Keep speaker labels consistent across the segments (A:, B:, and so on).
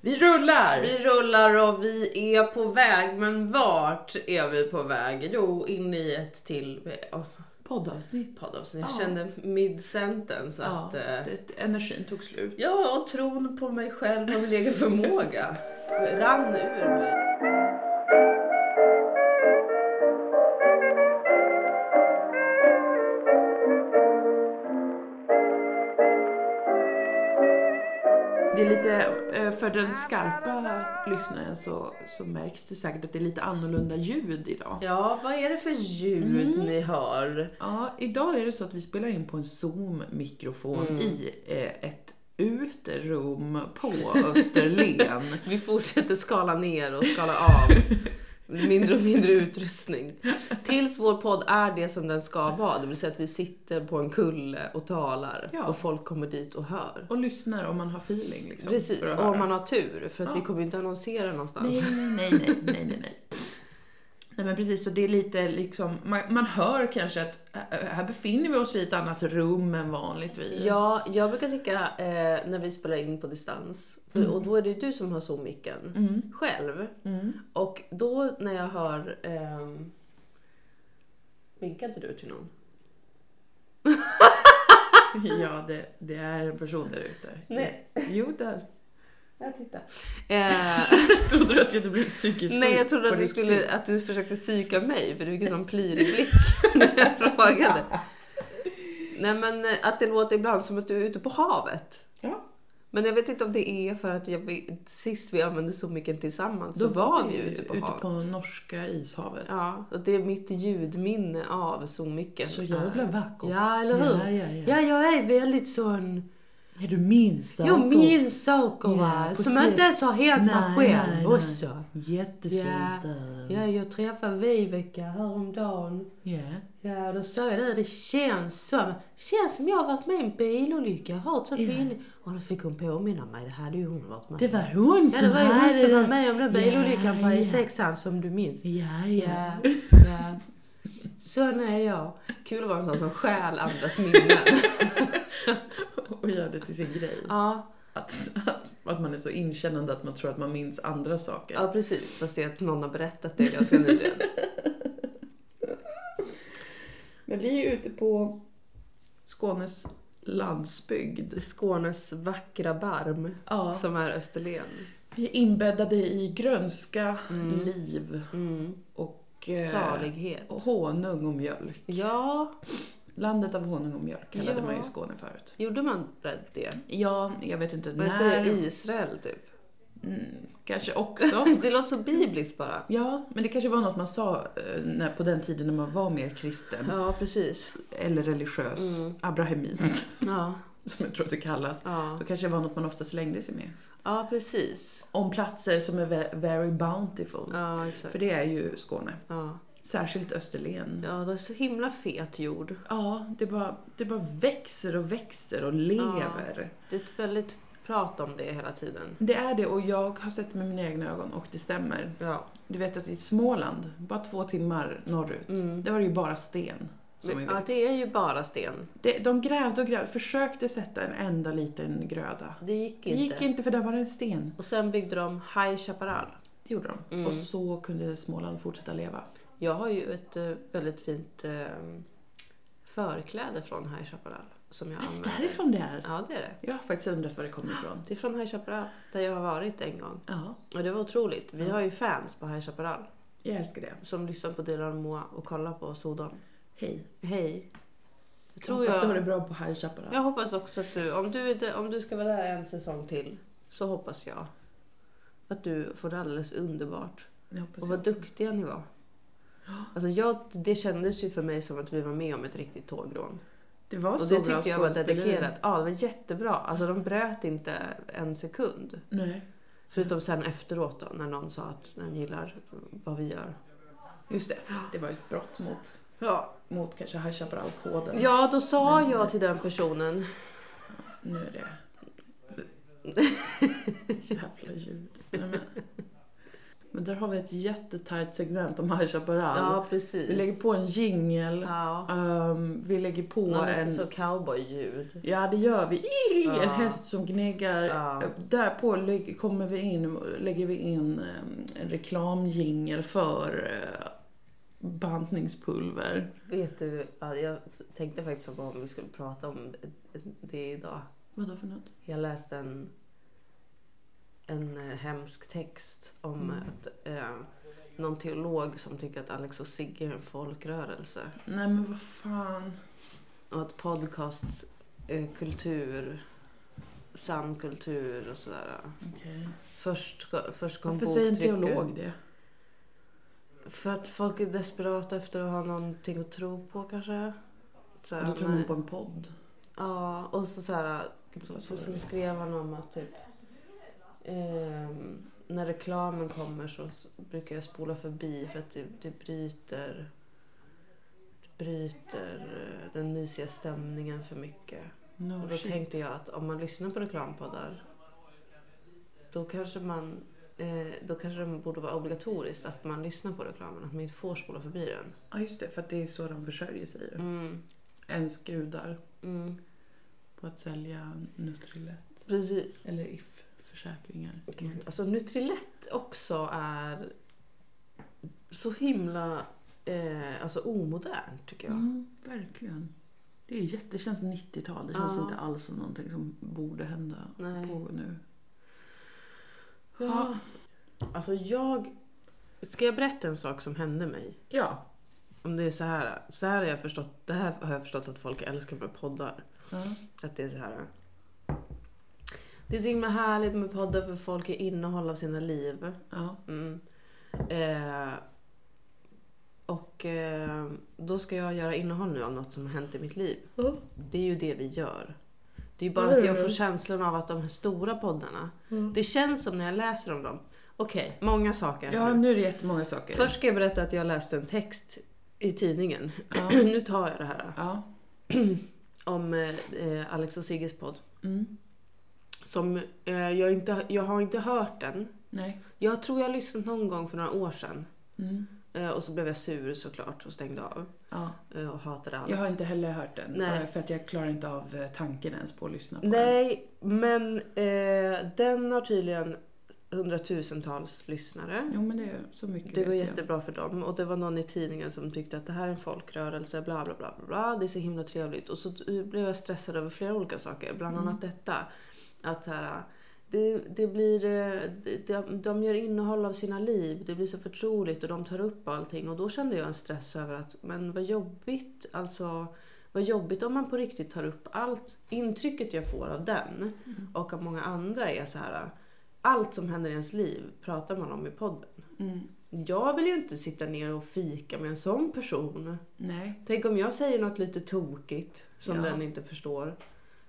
A: Vi rullar!
B: Vi rullar och vi är på väg, men vart är vi på väg? Jo, in i ett till oh,
A: Poddavsnitt.
B: poddavsnitt. Jag
A: Ja.
B: kände mid-sentence
A: Ja,
B: att... eh,
A: det, energin tog slut.
B: Ja, och tron på mig själv och min egen förmåga rann ur mig.
A: Det är lite, eh, för den skarpa lyssnaren så, så märks det säkert att det är lite annorlunda ljud idag.
B: Ja, vad är det för ljud
A: Mm.
B: ni hör?
A: Ja, idag är det så att vi spelar in på en Zoom-mikrofon
B: Mm.
A: i eh, ett uterum på Österlen.
B: Vi fortsätter skala ner och skala av mindre och mindre utrustning. Tills vår podd är det som den ska vara, det vill säga att vi sitter på en kulle och talar
A: Ja.
B: och folk kommer dit och hör.
A: och lyssnar om man har feeling. Liksom,
B: Precis,
A: för att
B: och om
A: höra.
B: man har tur, för att vi
A: Ja.
B: kommer ju inte annonsera
A: Nej,
B: någonstans.
A: nej, nej, nej, nej, nej, nej. Nej men precis, så det är lite liksom, man, man hör kanske att äh, här befinner vi oss i ett annat rum än vanligtvis.
B: Ja, jag brukar tycka eh, när vi spelar in på distans, för, och då är det ju du som har zoom-micken
A: Mm.
B: själv. Och då när jag hör... ehm, vinkade du till någon?
A: ja det, det är en person där ute.
B: Nej.
A: Jo, där.
B: Jag tittar. Eh,
A: Trodde du att jag hade blivit psykiskt
B: nej, jag
A: sjuk
B: trodde
A: på
B: att du,
A: riktigt?
B: skulle, att du försökte psyka mig, för du fick en sån plirig blick när jag frågade. Nej, men eh, att det låter ibland som att du är ute på havet.
A: Ja.
B: Men jag vet inte om det är för att jag, vet- sist vi använde Zoomiken tillsammans så
A: Då
B: var vi Alltså, ju ute på havet.
A: norska ishavet.
B: Ja, och det är mitt ljudminne av Zoomiken.
A: Så jävla vackert.
B: Ja, eller hur?
A: Ja, ja, ja.
B: Ja, jag är väldigt sån...
A: Är du minns
B: Jag minns saker
A: Ja,
B: va, som
A: precis.
B: inte ens har hänt mig
A: Nej,
B: själv
A: nej, nej.
B: också.
A: Jättefint
B: Ja.
A: där.
B: Ja, jag träffade Viveka häromdagen.
A: Ja.
B: Ja, då sa jag det. Det känns som, känns som jag har varit med i en bilolycka. Jag har ett sånt
A: Ja.
B: minne. Och då fick hon påminna mig. Det hade ju hon varit med
A: Det var hon
B: Ja,
A: som
B: det var ju hon
A: hade
B: som var med om den
A: Ja,
B: bilolyckan på
A: ja.
B: e 6 som du minns.
A: Ja,
B: Ja,
A: ja.
B: ja. Sån är jag. Kul att vara en sån som stjäl andras minnen.
A: Och gör det till sin grej.
B: Ja,
A: Att, att man är så inkännande att man tror att man minns andra saker.
B: ja precis. Fast det är att någon har berättat det ganska nyligen.
A: Men vi är ute på Skånes landsbygd.
B: Skånes vackra barm,
A: Ja.
B: som är Österlen.
A: Vi är inbäddade i grönska, liv
B: Mm.
A: och eh,
B: Salighet.
A: och honung och mjölk.
B: Ja,
A: Landet av honung och mjölk kallade
B: Ja.
A: man ju Skåne förut.
B: gjorde man det?
A: Ja, jag vet inte
B: Vad hette
A: när.
B: det? Israel, typ?
A: Mm, kanske också.
B: Det låter så bibliskt bara.
A: Ja, men det kanske var något man sa eh, när, på den tiden när man var mer kristen
B: Ja, precis.
A: eller religiös,
B: Mm.
A: abrahamit,
B: Ja,
A: som jag tror att det kallas.
B: ja.
A: Då kanske det var något man ofta slängde sig med.
B: ja precis.
A: Om platser som är ve- very bountiful.
B: Ja, exakt.
A: För det är ju Skåne,
B: Ja.
A: särskilt Österlen. Ja,
B: ja, det är så himla fet jord.
A: det, bara, det bara växer och växer och lever.
B: Det är ett väldigt prat om det hela tiden.
A: Det är det och jag har sett det med mina egna ögon och det stämmer.
B: Ja.
A: Du vet att i Småland, bara två timmar norrut,
B: Mm.
A: där var det ju bara sten. Som vi
B: Men,
A: vet.
B: ja, det är ju bara sten.
A: Det, de grävde och grävde, försökte sätta en enda liten gröda.
B: Det gick
A: Det
B: inte.
A: gick inte för där var det en sten.
B: Och sen byggde de High Chaparral.
A: Det gjorde de.
B: Mm.
A: Och så kunde Småland fortsätta leva.
B: Jag har ju ett eh, väldigt fint eh, förkläde från High Chaparral som jag använder.
A: Äh, Därifrån det är.
B: Ja, det är det.
A: Jag har faktiskt undrat var det kommer ifrån.
B: Det är från High Chaparral, där jag har varit en gång.
A: Ja,
B: Och det var otroligt. Vi har ju fans på High Chaparral
A: jag älskar det.
B: som lyssnar på Dylan Moa och kollar på Sodom.
A: Hej.
B: Hej! Jag tror
A: Hoppas du har
B: jag...
A: det bra på High Chaparral.
B: Jag hoppas också att du, om du, är där- om du ska vara där en säsong till, så hoppas jag att du får det alldeles underbart.
A: Jag hoppas
B: Och vad duktiga ni var. Alltså jag, det kändes ju för mig som att vi var med om ett riktigt tågrån.
A: Det var
B: Och
A: så
B: det
A: bra
B: tyckte jag var
A: skådespeleri.
B: dedikerat. Ja, det var jättebra. Alltså de bröt inte en sekund.
A: Nej.
B: Förutom sen efteråt då, när någon sa att den gillar vad vi gör.
A: Just det, det var ett brott mot,
B: Ja,
A: mot kanske High Chaparral-koden.
B: ja då sa
A: Men-
B: jag till den personen,
A: Nu är det... Jävla ljud. Nej, men. Men där har vi ett jättetajt segment om High Chaparral.
B: Ja, precis.
A: Vi lägger på en jingel.
B: ja.
A: Ehm, vi lägger på
B: Någon
A: en...
B: så cowboy-ljud.
A: Ja, det gör vi. Ih,
B: Ja.
A: En häst som gnäggar.
B: Ja.
A: Därpå lä- kommer vi in, lägger vi in eh, en reklamjingel för eh, bantningspulver.
B: Vet du, ja, jag tänkte faktiskt på om vi skulle prata om det- det idag.
A: Vadå för något?
B: Jag läste en, en eh, hemsk text om
A: Mm.
B: att, eh, någon teolog som tycker att Alex och Sigge är en folkrörelse.
A: Nej men vad fan.
B: Och att podcasts eh, kultur, sann kultur och sådär.
A: Okej.
B: Först, ska- först kom
A: Varför säger en
B: boktrycken.
A: teolog det?
B: För att folk är desperata efter att ha någonting att tro på kanske. Så här,
A: Då tror
B: nej.
A: hon på en podd.
B: Ja, och så så här
A: Gud, vad
B: Och så
A: sorgligt.
B: skrev han om att typ, ehm, när reklamen kommer så s- brukar jag spola förbi för att det, det bryter, det bryter eh, den mysiga stämningen för mycket.
A: No
B: Och då
A: Oh, shit.
B: tänkte jag att om man lyssnar på reklampoddar då kanske man eh, då kanske det borde vara obligatoriskt att man lyssnar på reklamen, att man inte får spola förbi den.
A: Ja just det, för att det är så de försörjer sig ju.
B: Mm.
A: Ens gudar
B: Mm.
A: på att sälja Nutrilett.
B: Precis.
A: Eller If-försäkringar.
B: Gud, alltså Nutrilett också är så himla eh, alltså omodern tycker jag.
A: Mm, verkligen. Det, är jätte, det känns 90-tal. Det känns
B: Ja.
A: inte alls som någonting som borde hända
B: Nej.
A: på nu.
B: Ja. Alltså jag... Ska jag berätta en sak som hände mig?
A: Ja.
B: Om det är så här. Så här har jag förstått, det här har jag förstått att folk älskar med poddar.
A: ja.
B: Att det är så här. äh. Det är så himla härligt med poddar för folk är innehåll av sina liv.
A: ja.
B: Mm. Eh, och eh, då ska jag göra innehåll nu om något som har hänt i mitt liv.
A: Ja.
B: Det är ju det vi gör. Det är ju bara
A: Ja, det
B: att
A: är
B: jag
A: det.
B: får känslan av att de här stora poddarna, det känns som när jag läser om dem. Okej, många saker.
A: ja, nu är det jättemånga saker.
B: Först ska jag berätta att jag läste en text i tidningen.
A: Ja.
B: nu tar jag det här. äh,
A: ja.
B: Om eh, eh, Alex och Sigges podd.
A: Mm.
B: Som eh, jag, inte, jag har inte hört den.
A: Nej.
B: Jag tror jag har lyssnat någon gång för några år sedan.
A: Mm.
B: Eh, Och så blev jag sur såklart och stängde av
A: Ja.
B: eh, och hatade allt.
A: Jag har inte heller hört den.
B: Nej.
A: eh, För att jag klarar inte av eh, tanken ens på att lyssna på den.
B: Nej, men eh, den har tydligen hundratusentals lyssnare.
A: Jo men det är så mycket
B: Det går
A: vet jag.
B: jättebra för dem. Och det var någon i tidningen som tyckte att det här är en folkrörelse, bla bla bla. bla, bla. Det är så himla trevligt. Och så t- blev jag stressad över flera olika saker, bland
A: Mm.
B: annat detta. Att så här, det, det blir, eh, det- de, de gör innehåll av sina liv, det blir så förtroligt och de tar upp allting. Och då kände jag en stress över att, men vad jobbigt, alltså vad jobbigt om man på riktigt tar upp allt. Intrycket jag får av den
A: Mm.
B: och av många andra är så här, allt som händer i ens liv pratar man om i podden.
A: Mm.
B: Jag vill ju inte sitta ner och fika med en sån person.
A: Nej.
B: Tänk om jag säger något lite tokigt som
A: Ja.
B: den inte förstår.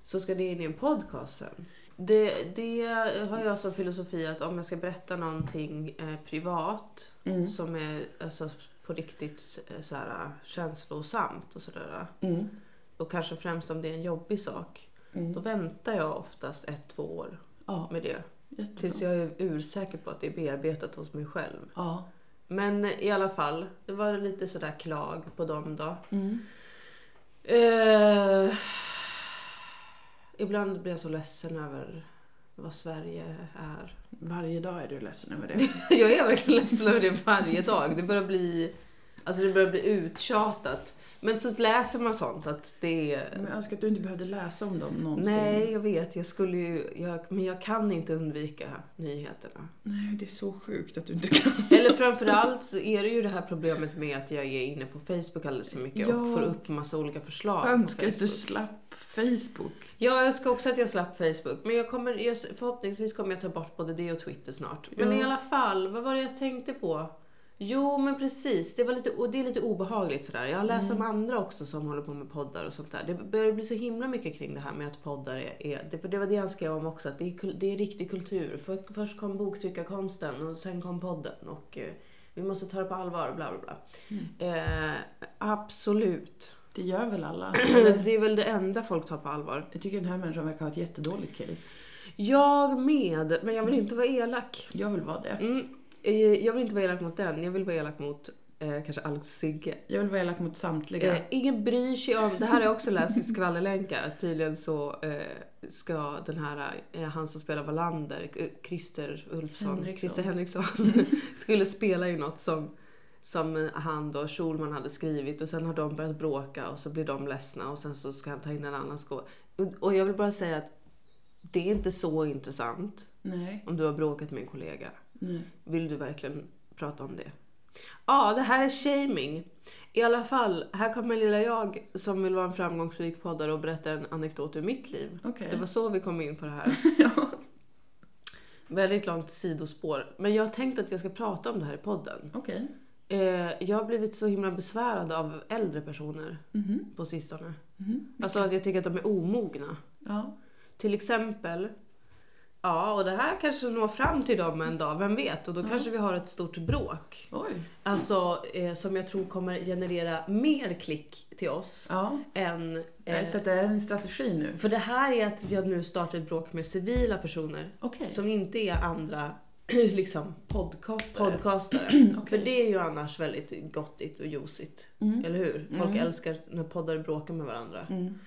B: Så ska det in i en podcast sen. Det, det har jag som filosofi att om jag ska berätta någonting eh, privat
A: Mm.
B: som är alltså, på riktigt eh, så här, känslosamt och sådär.
A: Mm.
B: Och kanske främst om det är en jobbig sak. Då
A: Mm.
B: väntar jag oftast ett, två år
A: Ja,
B: med det.
A: jättebra.
B: Tills jag är ursäker på att det är bearbetat hos mig själv.
A: Ja.
B: Men i alla fall, det var lite sådär klag på dem då.
A: Mm.
B: Eh, ibland blir jag så ledsen över vad Sverige är.
A: Varje dag är du ledsen över det.
B: jag är verkligen ledsen över det varje dag. Det börjar bli, alltså det börjar bli uttjatat. Men så läser man sånt att det är...
A: Men jag önskar att du inte behövde läsa om dem någonsin.
B: Nej, jag vet. Jag skulle ju... Jag, men jag kan inte undvika nyheterna.
A: Nej, det är så sjukt att du inte kan.
B: Eller framförallt så är det ju det här problemet med att jag är inne på Facebook alldeles för mycket och
A: Ja.
B: får upp massa olika förslag.
A: Jag
B: på
A: önskar att du
B: Facebook.
A: slapp Facebook.
B: Ja, jag önskar också att jag slapp Facebook. Men jag kommer, jag, förhoppningsvis kommer jag ta bort både det och Twitter snart. Men
A: Ja.
B: i alla fall, vad var det jag tänkte på? Jo, men precis. Det, var lite, och det är lite obehagligt sådär. Jag har läst om andra också som håller på med poddar och sånt där. Det börjar bli så himla mycket kring det här med att poddar är... är det, för det var det han skrev om också, att det är, kul- det är riktig kultur. För, först kom boktryckarkonsten och sen kom podden. Och eh, vi måste ta det på allvar, bla bla bla. Eh, absolut.
A: Det gör väl alla?
B: Det är väl det enda folk tar på allvar.
A: Jag tycker den här människan verkar ha ett jättedåligt case.
B: Jag med, men jag vill inte vara elak.
A: Jag vill vara det.
B: Mm. Eh, Jag vill inte vara elak mot den, jag vill vara elak mot eh, kanske Alex och Sigge.
A: Jag vill vara elak mot samtliga.
B: Eh, ingen bryr sig om, det här har jag också läst i skvallerlänkar, att tydligen så eh, ska den här, eh, han som spelar Wallander, eh, Christer Ulfsson,
A: Henriksson.
B: Christer Henriksson, skulle spela i något som, som han då, Schulman hade skrivit och sen har de börjat bråka och så blir de ledsna och sen så ska han ta in en annan skå. Och, och jag vill bara säga att det är inte så intressant
A: Nej.
B: om du har bråkat med en kollega.
A: Nej.
B: Vill du verkligen prata om det? Ja, det här är shaming. I alla fall, här kommer lilla jag som vill vara en framgångsrik poddare och berätta en anekdot ur mitt liv.
A: Okej.
B: Det var så vi kom in på det här. Väldigt långt sidospår. Men jag har tänkt att jag ska prata om det här i podden.
A: Okej.
B: Eh, jag har blivit så himla besvärad av äldre personer
A: Mhm.
B: på sistone.
A: Mhm.
B: Alltså att jag tycker att de är omogna.
A: Ja.
B: Till exempel, ja, och det här kanske når fram till dem en dag, vem vet? Och då
A: Mm.
B: kanske vi har ett stort bråk.
A: Oj.
B: Alltså eh, som jag tror kommer generera mer klick till oss
A: Ja.
B: än... Eh,
A: Eh, Så att det är en strategi nu.
B: för det här är att jag nu startar ett bråk med civila personer
A: Okej.
B: som inte är andra liksom
A: Podcastare.
B: podcastare.
A: Okej.
B: För det är ju annars väldigt gottigt och ljusigt.
A: Mm.
B: Eller hur? Folk
A: Mm.
B: älskar när poddar bråkar med varandra.
A: Mm.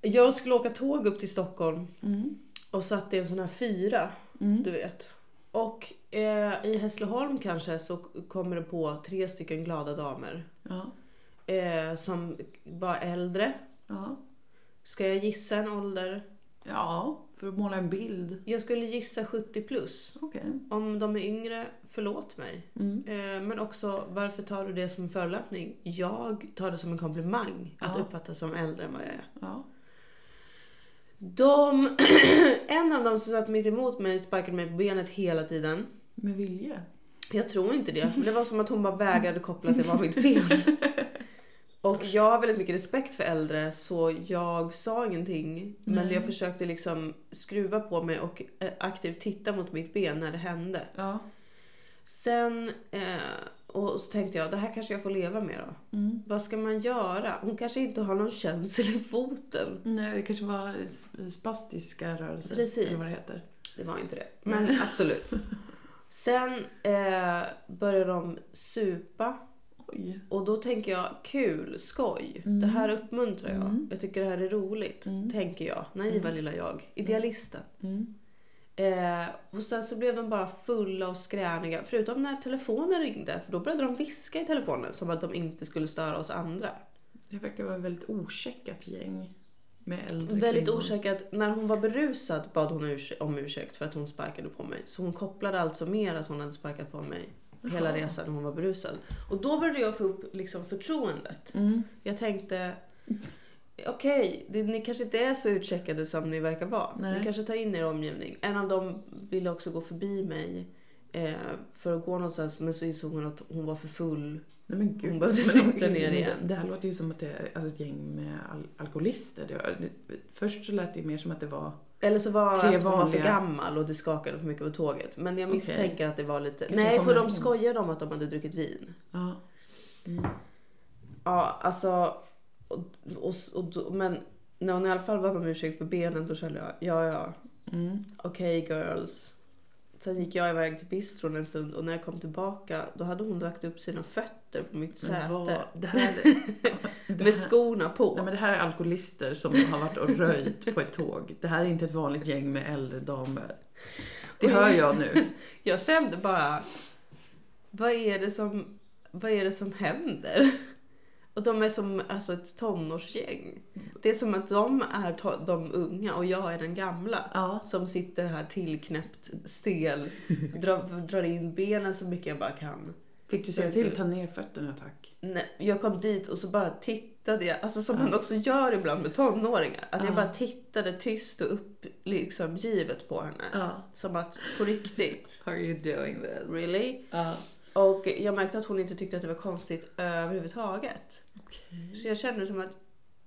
B: Jag skulle åka tåg upp till Stockholm
A: Mm.
B: och satt i en sån här fyra,
A: Mm.
B: du vet. Och eh, i Hässleholm kanske så kommer det på tre stycken glada damer.
A: Ja.
B: eh, som var äldre.
A: Ja.
B: Ska jag gissa en ålder?
A: Ja, för att måla en bild.
B: Jag skulle gissa 70 plus.
A: Okej.
B: Om de är yngre, förlåt mig.
A: Mm.
B: Eh, men också, varför tar du det som en förolämpning? Jag tar det som en komplimang att
A: Ja.
B: uppfattas som äldre än vad jag är.
A: Ja.
B: De, en av dem som satt mitt emot mig sparkade mig på benet hela tiden.
A: Med vilje.
B: Jag tror inte det. Men Det var som att hon bara vägrade koppla att det var mitt fel. Och jag har väldigt mycket respekt för äldre så jag sa ingenting. Men
A: Nej.
B: jag försökte liksom skruva på mig och eh, aktivt titta mot mitt ben när det hände.
A: Ja.
B: Sen, eh, och så tänkte jag, det här kanske jag får leva med då.
A: Mm.
B: Vad ska man göra? Hon kanske inte har någon känsel i foten.
A: Nej, det kanske var sp- spastiska rörelser.
B: Precis.
A: Eller vad det heter.
B: Det var inte det, men absolut. Sen eh, började de supa
A: Oj.
B: Och då tänker jag, kul, skoj.
A: Mm.
B: Det här uppmuntrar jag.
A: Mm.
B: Jag tycker det här är roligt,
A: Mm.
B: tänker jag. Naiva lilla jag, idealisten.
A: Mm.
B: Eh, och sen så blev de bara fulla och skräniga, förutom när telefonen ringde. För då började de viska i telefonen som att de inte skulle störa oss andra.
A: Det verkar vara ett väldigt ocheckat gäng. Med äldre
B: Väldigt
A: kvinnor.
B: orsakat, när hon var berusad bad hon urs- om ursäkt för att hon sparkade på mig. Så hon kopplade alltså mer att hon hade sparkat på mig hela
A: Jaha.
B: resan när hon var berusad. Och då började jag få upp liksom förtroendet.
A: Mm.
B: Jag tänkte, okej, det- ni kanske inte är så utcheckade som ni verkar vara.
A: Nej.
B: Ni kanske tar in er omgivning. En av dem ville också gå förbi mig eh, för att gå någonstans men så insåg hon att hon var för full.
A: Nej men gud.
B: Hon behövde
A: Men
B: sitta
A: okej,
B: ner
A: men
B: igen.
A: Det, det här låter ju som att det är alltså ett gäng med al- alkoholister. Det, det, först så lät det ju mer som att det var...
B: Eller så var
A: Tre
B: att hon var för
A: vanliga.
B: gammal och det skakade för mycket på tåget. Men jag misstänker att det var lite...
A: Kanske
B: Nej, för
A: kommer
B: de
A: in.
B: skojade om att de hade druckit vin.
A: Ja. Mm.
B: Ja, alltså... Och, och, och, då- men när hon i alla fall bad om ursäkt för benen då kände jag, ja ja.
A: Mm.
B: okej girls. Sen gick jag iväg till bistron en stund och när jag kom tillbaka då hade hon lagt upp sina fötter på mitt
A: Men vad-
B: säte.
A: Det här, det
B: Med
A: här-
B: skorna på.
A: Nej, men det här är alkoholister som har varit och röjt på ett tåg. Det här är inte ett vanligt gäng med äldre damer. Det hör jag nu.
B: Jag kände bara, vad är det som, vad är det som händer? Och de är som alltså, ett tonårsgäng. Det är som att de är to- de unga och jag är den gamla.
A: Ja.
B: Som sitter här tillknäppt, stel, drar, drar in benen så mycket jag bara kan.
A: Fick du säga till? Ta ner fötterna tack.
B: Nej, jag kom dit och så bara tittade jag, alltså som man också gör ibland med tonåringar. Att jag
A: Ja.
B: bara tittade tyst och upp, liksom givet på henne.
A: Ja.
B: Som att, på riktigt.
A: Are you doing this?
B: Really?
A: Ja.
B: Och jag märkte att hon inte tyckte att det var konstigt överhuvudtaget.
A: Okej.
B: Så jag kände som att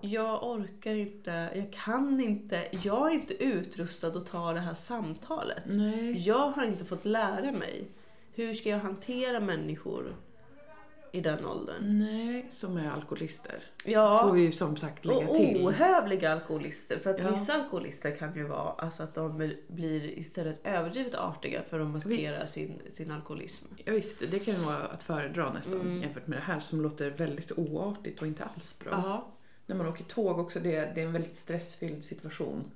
B: jag orkar inte, jag kan inte, jag är inte utrustad att ta det här samtalet.
A: Nej.
B: Jag har inte fått lära mig hur ska jag hantera människor i den åldern.
A: Nej, som är alkoholister.
B: Ja.
A: Får vi ju som sagt lägga
B: och
A: till.
B: ohövliga alkoholister. För att
A: Ja.
B: vissa alkoholister kan ju vara alltså att de blir istället överdrivet artiga för att maskera
A: Visst.
B: sin, sin alkoholism.
A: Ja, visst, det kan ju vara att föredra nästan
B: Mm.
A: jämfört med det här som låter väldigt oartigt och inte alls bra.
B: Ja.
A: När man åker tåg också, det, det är en väldigt stressfylld situation.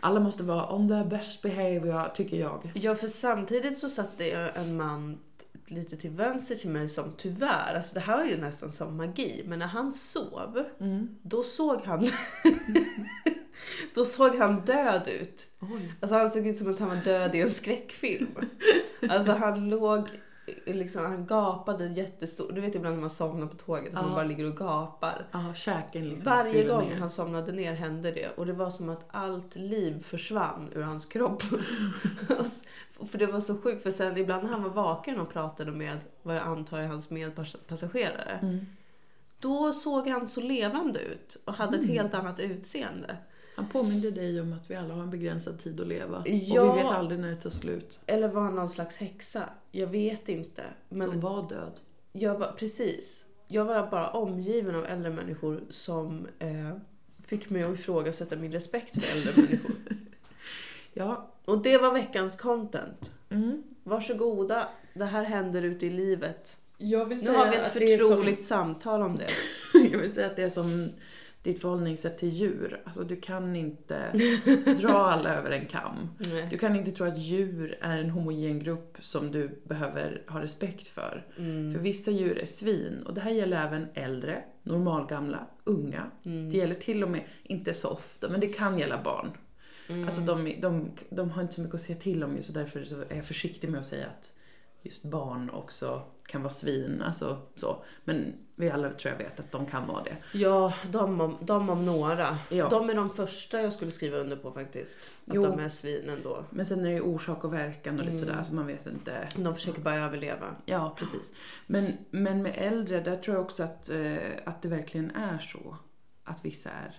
A: Alla måste vara on their best behavior, tycker jag.
B: ja, för samtidigt så satt det en man lite till vänster till mig som tyvärr, alltså det här var ju nästan som magi, men när han sov,
A: Mm.
B: då såg han Då såg han död ut.
A: Oj.
B: Alltså han såg ut som att han var död i en skräckfilm. Alltså han låg, liksom, han gapade jättestort. Du vet ibland när man somnar på tåget, att man
A: Ja.
B: bara ligger och gapar.
A: Ja, käken liksom
B: Varje
A: trillar
B: gång
A: ner.
B: han somnade ner hände det och det var som att allt liv försvann ur hans kropp. Och s- för det var så sjukt för sen ibland när han var vaken och pratade med vad jag antar är hans medpassagerare.
A: Mm.
B: Då såg han så levande ut och hade ett
A: Mm.
B: helt annat utseende.
A: Han påminde dig om att vi alla har en begränsad tid att leva.
B: Ja.
A: Och vi vet aldrig när det tar slut.
B: Eller var han någon slags häxa? Jag vet inte. Men
A: Som var död.
B: jag var, precis. Jag var bara omgiven av äldre människor som eh, fick mig att ifrågasätta min respekt för äldre människor.
A: Ja. mm.
B: Och det var veckans content. Varsågoda, det här händer ute i livet.
A: Jag vill
B: Nu har vi ett förtroligt samtal om det.
A: Jag vill säga att det är som ditt förhållningssätt till djur. Alltså du kan inte dra alla över en kam.
B: Nej.
A: Du kan inte tro att djur är en homogen grupp som du behöver ha respekt för. För
B: Mm.
A: vissa djur är svin och det här gäller även äldre, normalgamla, unga.
B: Mm.
A: Det gäller till och med, inte så ofta, men det kan gälla barn.
B: Mm.
A: Alltså de, de, de har inte så mycket att säga till om ju så därför så är jag försiktig med att säga att just barn också kan vara svin, alltså så. Men vi alla tror jag vet att de kan vara det.
B: Ja, de om, de om några.
A: Ja.
B: De är de första jag skulle skriva under på faktiskt. Att
A: Jo.
B: de är svinen då.
A: Men sen är det ju orsak och verkan och lite
B: Mm.
A: sådär, alltså man vet inte.
B: De försöker bara överleva.
A: Ja, precis. Men, men med äldre, där tror jag också att, eh, att det verkligen är så. Att vissa är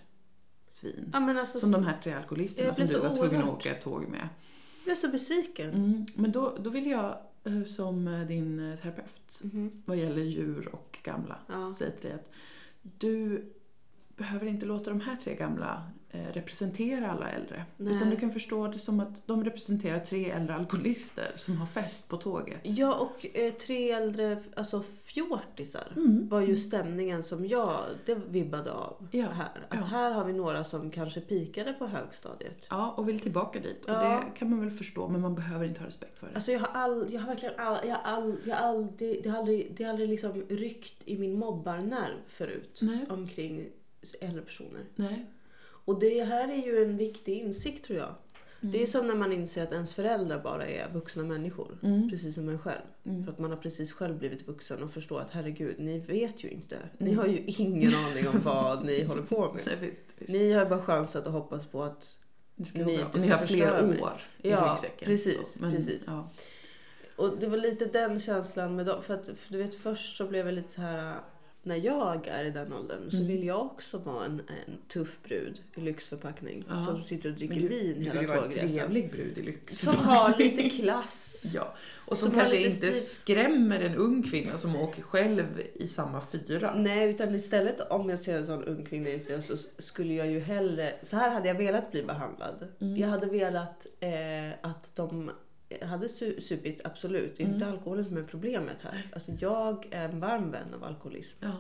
A: svin.
B: Ja, men alltså,
A: Som de
B: de här.
A: här tre alkoholisterna
B: Jag
A: som
B: blir
A: du
B: så
A: var tvungen att
B: oerhört-
A: åka tåg med.
B: Jag blev så besviken.
A: Mm. Men då, då vill jag, eh, som eh, din eh, terapeut,
B: Mhm.
A: vad gäller djur och gamla,
B: Ja.
A: säga till dig att du behöver inte låta de här tre gamla eh, representera alla äldre.
B: Nej.
A: Utan du kan förstå det som att de representerar tre äldre alkoholister som har fest på tåget.
B: ja, och eh, tre äldre alltså fjortisar
A: Mm.
B: var ju stämningen som jag det vibbade av.
A: Ja.
B: Här. Att
A: Ja.
B: här har vi några som kanske pikade på högstadiet.
A: Ja, och vill tillbaka dit. Och
B: Ja.
A: det kan man väl förstå, men man behöver inte ha respekt för det.
B: Alltså jag har all, jag har verkligen all, jag har all, jag har all, det, det har aldrig, det har aldrig liksom ryckt i min mobbarnerv förut
A: Nej.
B: omkring äldre personer.
A: Nej.
B: Och det här är ju en viktig insikt tror jag. Det är som när man inser att ens föräldrar bara är vuxna människor.
A: Mm.
B: Precis som en själv.
A: Mm.
B: För att man har precis själv blivit vuxen och förstår att herregud, ni vet ju inte. Ni
A: Mm.
B: har ju ingen aning om vad ni håller på med.
A: Nej, visst, visst.
B: Ni har bara chansat att hoppas på att
A: Det ska
B: ni
A: gå bra.
B: inte
A: Och ni
B: ska
A: har fler
B: förstöra mig.
A: år i
B: Ja,
A: ryggsäcken.
B: precis,
A: så. Men,
B: precis.
A: Ja.
B: Och det var lite den känslan med dem. För att för du vet först så blev jag lite så här. äh, När jag är i den åldern så
A: Mm.
B: vill jag också vara en, en tuff brud i lyxförpackning.
A: Ja.
B: Som sitter och dricker
A: Men du-
B: vin
A: Du vill ju
B: hela
A: vara en
B: tågresan.
A: trevlig brud i lyx.
B: Som har lite klass.
A: Ja, och som,
B: Som har
A: kanske
B: lite
A: inte
B: stil.
A: skrämmer en ung kvinna som åker själv i samma fyra.
B: Nej, utan istället om jag ser en sån ung kvinna inför mig så skulle jag ju hellre... Så här hade jag velat bli behandlad.
A: Mm.
B: Jag hade velat eh, att de hade su- supit, absolut. Det är inte alkoholen som är problemet här. Alltså jag är en varm vän av alkoholism.
A: Ja.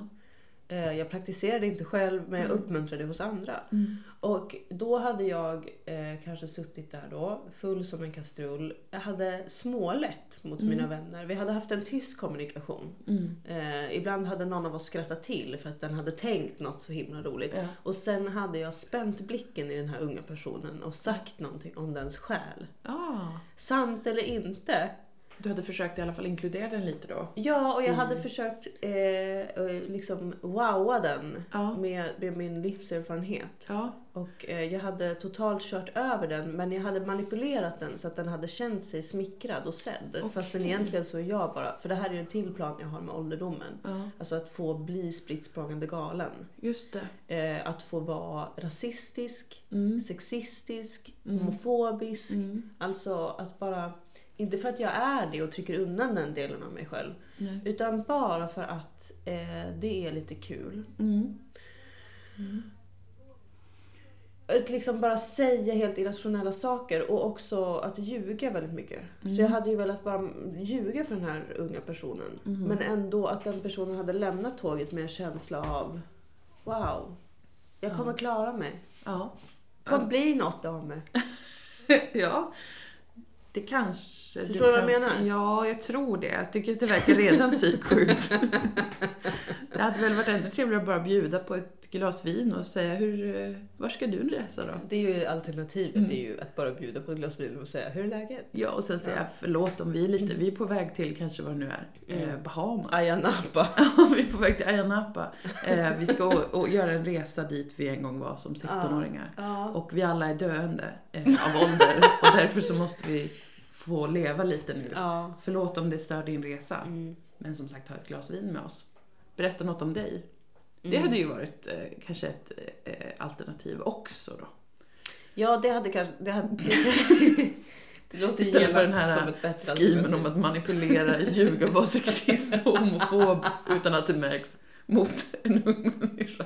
B: Eh, Jag praktiserade inte själv men jag uppmuntrade hos andra.
A: Mm.
B: Och då hade jag eh, kanske suttit där då, full som en kastrull. Jag hade smålett mot mina vänner. Vi hade haft en tyst kommunikation.
A: Mm.
B: Eh, ibland hade någon av oss skrattat till för att den hade tänkt något så himla roligt.
A: Ja.
B: Och sen hade jag spänt blicken i den här unga personen och sagt någonting om dens själ.
A: Ah,
B: Sant eller inte,
A: du hade försökt i alla fall inkludera den lite då?
B: Ja, och jag hade försökt eh, eh, liksom wowa den
A: Ja.
B: med, med min livserfarenhet.
A: Ja.
B: Och eh, jag hade totalt kört över den, men jag hade manipulerat den så att den hade känt sig smickrad och sedd.
A: Okej.
B: Fast den egentligen så är jag bara, för det här är ju en till plan jag har med ålderdomen.
A: ja.
B: Alltså att få bli spritt språngande galen.
A: Just det.
B: Eh, att få vara rasistisk,
A: Mm.
B: sexistisk,
A: Mm.
B: homofobisk.
A: Mm.
B: Alltså att bara Inte för att jag är det och trycker undan den delen av mig själv.
A: Nej.
B: Utan bara för att eh, det är lite kul.
A: Mm.
B: Att liksom bara säga helt irrationella saker och också att ljuga väldigt mycket.
A: Mm.
B: Så jag hade ju velat bara ljuga för den här unga personen.
A: Mm.
B: Men ändå att den personen hade lämnat tåget med en känsla av Wow, jag kommer klara mig.
A: Ja.
B: Det kommer bli något av mig.
A: ja. Det kanske...
B: Förstår du vad jag menar?
A: Ja, jag tror det. Jag tycker att det verkar redan psyksjukt. det hade väl varit ännu trevligare att bara bjuda på ett glas vin och säga hur... eh, Var ska du resa då?
B: Det är ju alternativet, det
A: Mm.
B: är ju att bara bjuda på ett glas vin och säga “Hur är läget?”
A: Ja, och sen säga förlåt om vi är lite... Vi är på väg till kanske vad det nu är. Eh, Bahamas.
B: Ayia Napa.
A: Ja, vi är på väg till Ayia Napa. Eh, vi ska å- å- göra en resa dit vi en gång var som 16-åringar. Och vi alla är döende eh, av ålder och därför så måste vi få leva lite nu.
B: Ja.
A: Förlåt om det stör din resa,
B: Mm.
A: men som sagt, ha ett glas vin med oss. Berätta något om dig. Det
B: Mm.
A: hade ju varit eh, kanske ett eh, alternativ också då.
B: Ja, det hade kanske... Det, hade, det låter
A: Istället för
B: genast
A: den
B: som
A: här
B: ett bättre
A: skimen
B: alternativ.
A: om att manipulera, ljuga, vara sexist och homofob utan att det märks mot en ung människa.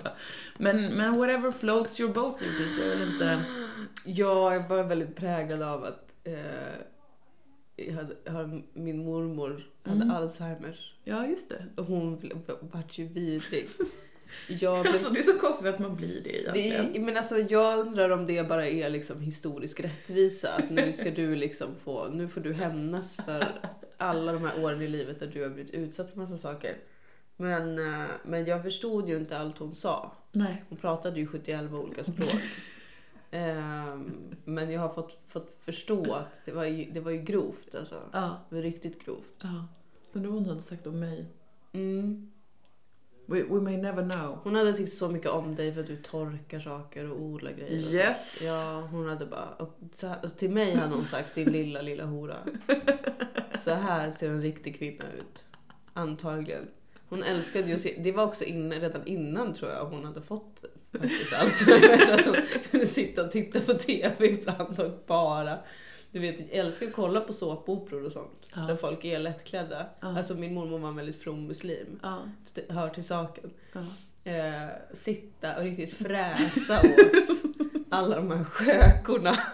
A: Men, men whatever floats your boat, Jesus. Jag vill inte...
B: Ja, jag är bara väldigt präglad av att eh, jag hade, har- min mormor
A: Mm.
B: hade Alzheimers
A: Ja, just det.
B: och hon ble- b- vart ju vidrig. Jag blev,
A: Alltså, det är så konstigt att man blir det
B: det
A: egentligen.
B: är, men alltså, jag undrar om det bara är liksom historisk rättvisa. Att nu ska du liksom få, nu får du hämnas för alla de här åren i livet där du har blivit utsatt för massa saker. Men, eh, men jag förstod ju inte allt hon sa.
A: Nej.
B: Hon pratade ju 71 olika språk. Ehm, men jag har fått, fått förstå att det var ju, det var ju grovt alltså.
A: Ja.
B: Det var riktigt grovt.
A: ja. Undrar vad hon hade sagt om mig.
B: Mm.
A: We, we may never know.
B: Hon hade tyckt så mycket om dig för att du torkar saker och odlar grejer. och så.
A: Yes.
B: Ja, hon hade bara... Och så här, och till mig hade hon sagt din lilla, lilla hora. Så här ser en riktig kvinna ut. Antagligen. Hon älskade ju att se, det var också in, redan innan tror jag hon hade fått faktiskt Alzheimers. Att hon kunde sitta och titta på TV ibland och bara... Du vet, jag älskar att kolla på såpoperor och sånt.
A: Ja.
B: Där folk är lättklädda.
A: Ja.
B: Alltså min mormor var en väldigt from muslim.
A: Ja.
B: Det Hör till saken
A: ja.
B: eh, sitta och riktigt fräsa åt alla de här skökorna.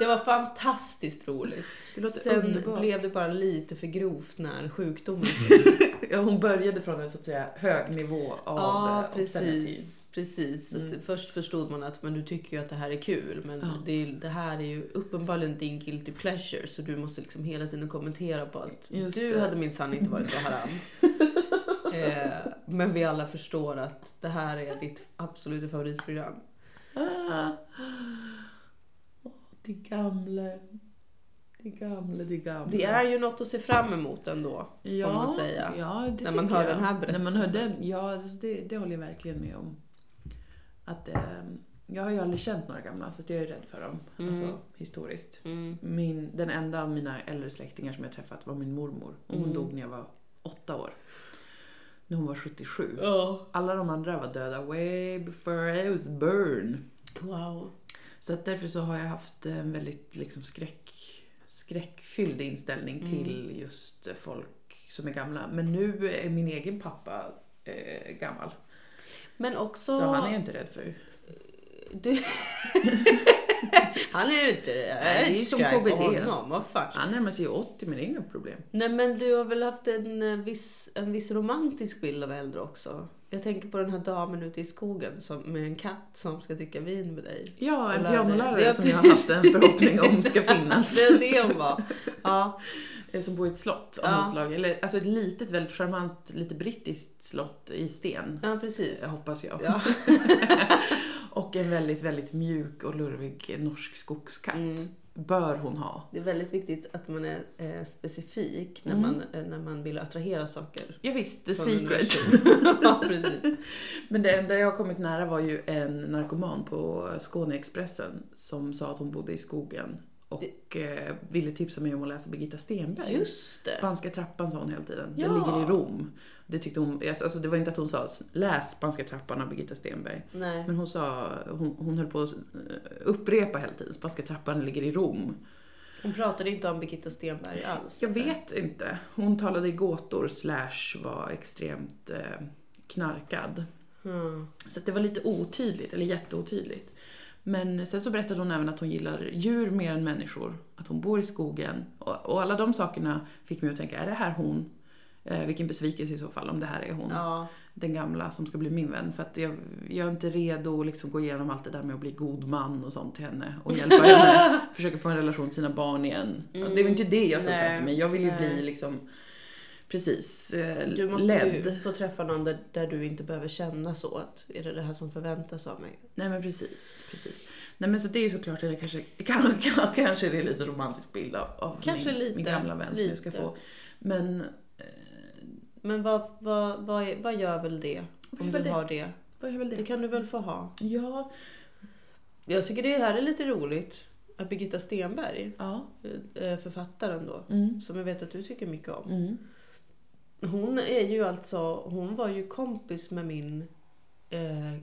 B: Det var fantastiskt roligt.
A: Det låter
B: Sen
A: underbart.
B: blev det bara lite för grovt när sjukdomen
A: Ja, hon började från en så att säga hög nivå av
B: Ja,
A: eh, obscenitet.
B: precis. precis. Att Först förstod man att men du tycker ju att det här är kul, men
A: Mm. Ja.
B: det, är- det här är ju uppenbarligen din guilty pleasure, så du måste liksom hela tiden kommentera på att
A: Just
B: du
A: det.
B: hade minsann inte varit så haram. eh, men vi alla förstår att det här är ditt absoluta favoritprogram.
A: Ah. Åh, Det gamla, det gamla, det gamla.
B: Det är ju något att se fram emot ändå,
A: ja,
B: får man säga.
A: Ja, det
B: När man
A: tycker
B: hör
A: jag.
B: den här berättelsen.
A: När man hör den, ja, alltså det, det håller jag verkligen med om. Att, eh, jag har ju aldrig känt några gamla, så att jag är rädd för dem.
B: Mm.
A: Alltså, historiskt.
B: Mm.
A: Min, den enda av mina äldre släktingar som jag träffat var min mormor. Och hon
B: Mm.
A: dog när jag var åtta år. När hon var 77.
B: Ja.
A: Alla de andra var döda way before I was born.
B: Wow.
A: Så att därför så har jag haft en väldigt liksom skräck, skräckfylld inställning
B: Mm.
A: till just folk som är gamla. Men nu är min egen pappa eh, gammal.
B: Men också...
A: Så han är ju inte rädd för...
B: Du... han är ju Äh, inte det.
A: Nej, det är som KBT.
B: Vad fan.
A: Han närmar sig ju 80 men det är inga problem.
B: Nej men du har väl haft en eh, viss, en viss romantisk bild av äldre också? Jag tänker på den här damen ute i skogen som, med en katt som ska dricka vin med dig.
A: Ja, en
B: Och lärde- Det
A: pianolärare
B: är
A: som jag har haft en förhoppning om ska
B: Det
A: finnas.
B: är det hon var. Ja.
A: Eh, Som bor i ett slott av
B: Ja.
A: något slag. Eller, alltså ett litet, väldigt charmant, lite brittiskt slott i sten.
B: ja, precis.
A: Jag hoppas jag.
B: Ja.
A: Och en väldigt, väldigt mjuk och lurvig norsk skogskatt.
B: Mm.
A: Bör hon ha.
B: Det är väldigt viktigt att man är eh, specifik när,
A: Mm.
B: man, eh, när man vill attrahera saker.
A: Ja, visst, the
B: från
A: secret.
B: universum. ja, precis.
A: Men det enda jag har kommit nära var ju en narkoman på Skåneexpressen som sa att hon bodde i skogen och eh, ville tipsa mig om att läsa Birgitta Stenberg.
B: Just det.
A: Spanska trappan sa hon hela tiden.
B: Ja.
A: Den ligger i Rom. Det tyckte hon, alltså det var inte att hon sa läs Spanska trappan av Birgitta Stenberg.
B: Nej.
A: Men hon sa, hon, hon höll på att eh, upprepa hela tiden, Spanska trappan ligger i Rom.
B: Hon pratade inte om Birgitta Stenberg alls.
A: Jag vet inte. Hon talade i gåtor slash var extremt eh, knarkad.
B: Mm.
A: Så att det var lite otydligt, eller jätteotydligt. Men sen så berättade hon även att hon gillar djur mer än människor. Att hon bor i skogen. Och, och alla de sakerna fick mig att tänka, är det här hon? Eh, vilken besvikelse i så fall om det här är hon.
B: Ja.
A: Den gamla som ska bli min vän. För att jag, jag är inte redo att liksom gå igenom allt det där med att bli god man och sånt till henne. Och hjälpa henne försöka få en relation till sina barn igen.
B: Mm.
A: Det är ju inte det jag ser
B: Nej.
A: framför mig. Jag vill ju
B: Nej.
A: bli liksom, precis, eh,
B: Du måste
A: ledd.
B: ju få träffa någon där, där du inte behöver känna så. Att, är det det här som förväntas av mig?
A: Nej men precis, precis. Nej men så det är ju såklart, eller kanske, kan, kan, kanske det är lite romantisk bild av, av
B: Kanske
A: min,
B: lite,
A: min gamla vän som jag ska
B: lite.
A: få. Men eh,
B: Men vad, vad, vad, är- vad gör väl det?
A: Vad
B: Om
A: gör
B: du
A: väl det?
B: har det.
A: vad är väl
B: Det
A: det?
B: kan du väl få ha?
A: Ja,
B: Jag tycker det här är lite roligt. Att Birgitta Stenberg,
A: ja.
B: eh, författaren då,
A: Mm.
B: som jag vet att du tycker mycket om.
A: Mm.
B: Hon är ju alltså, hon var ju kompis med min eh,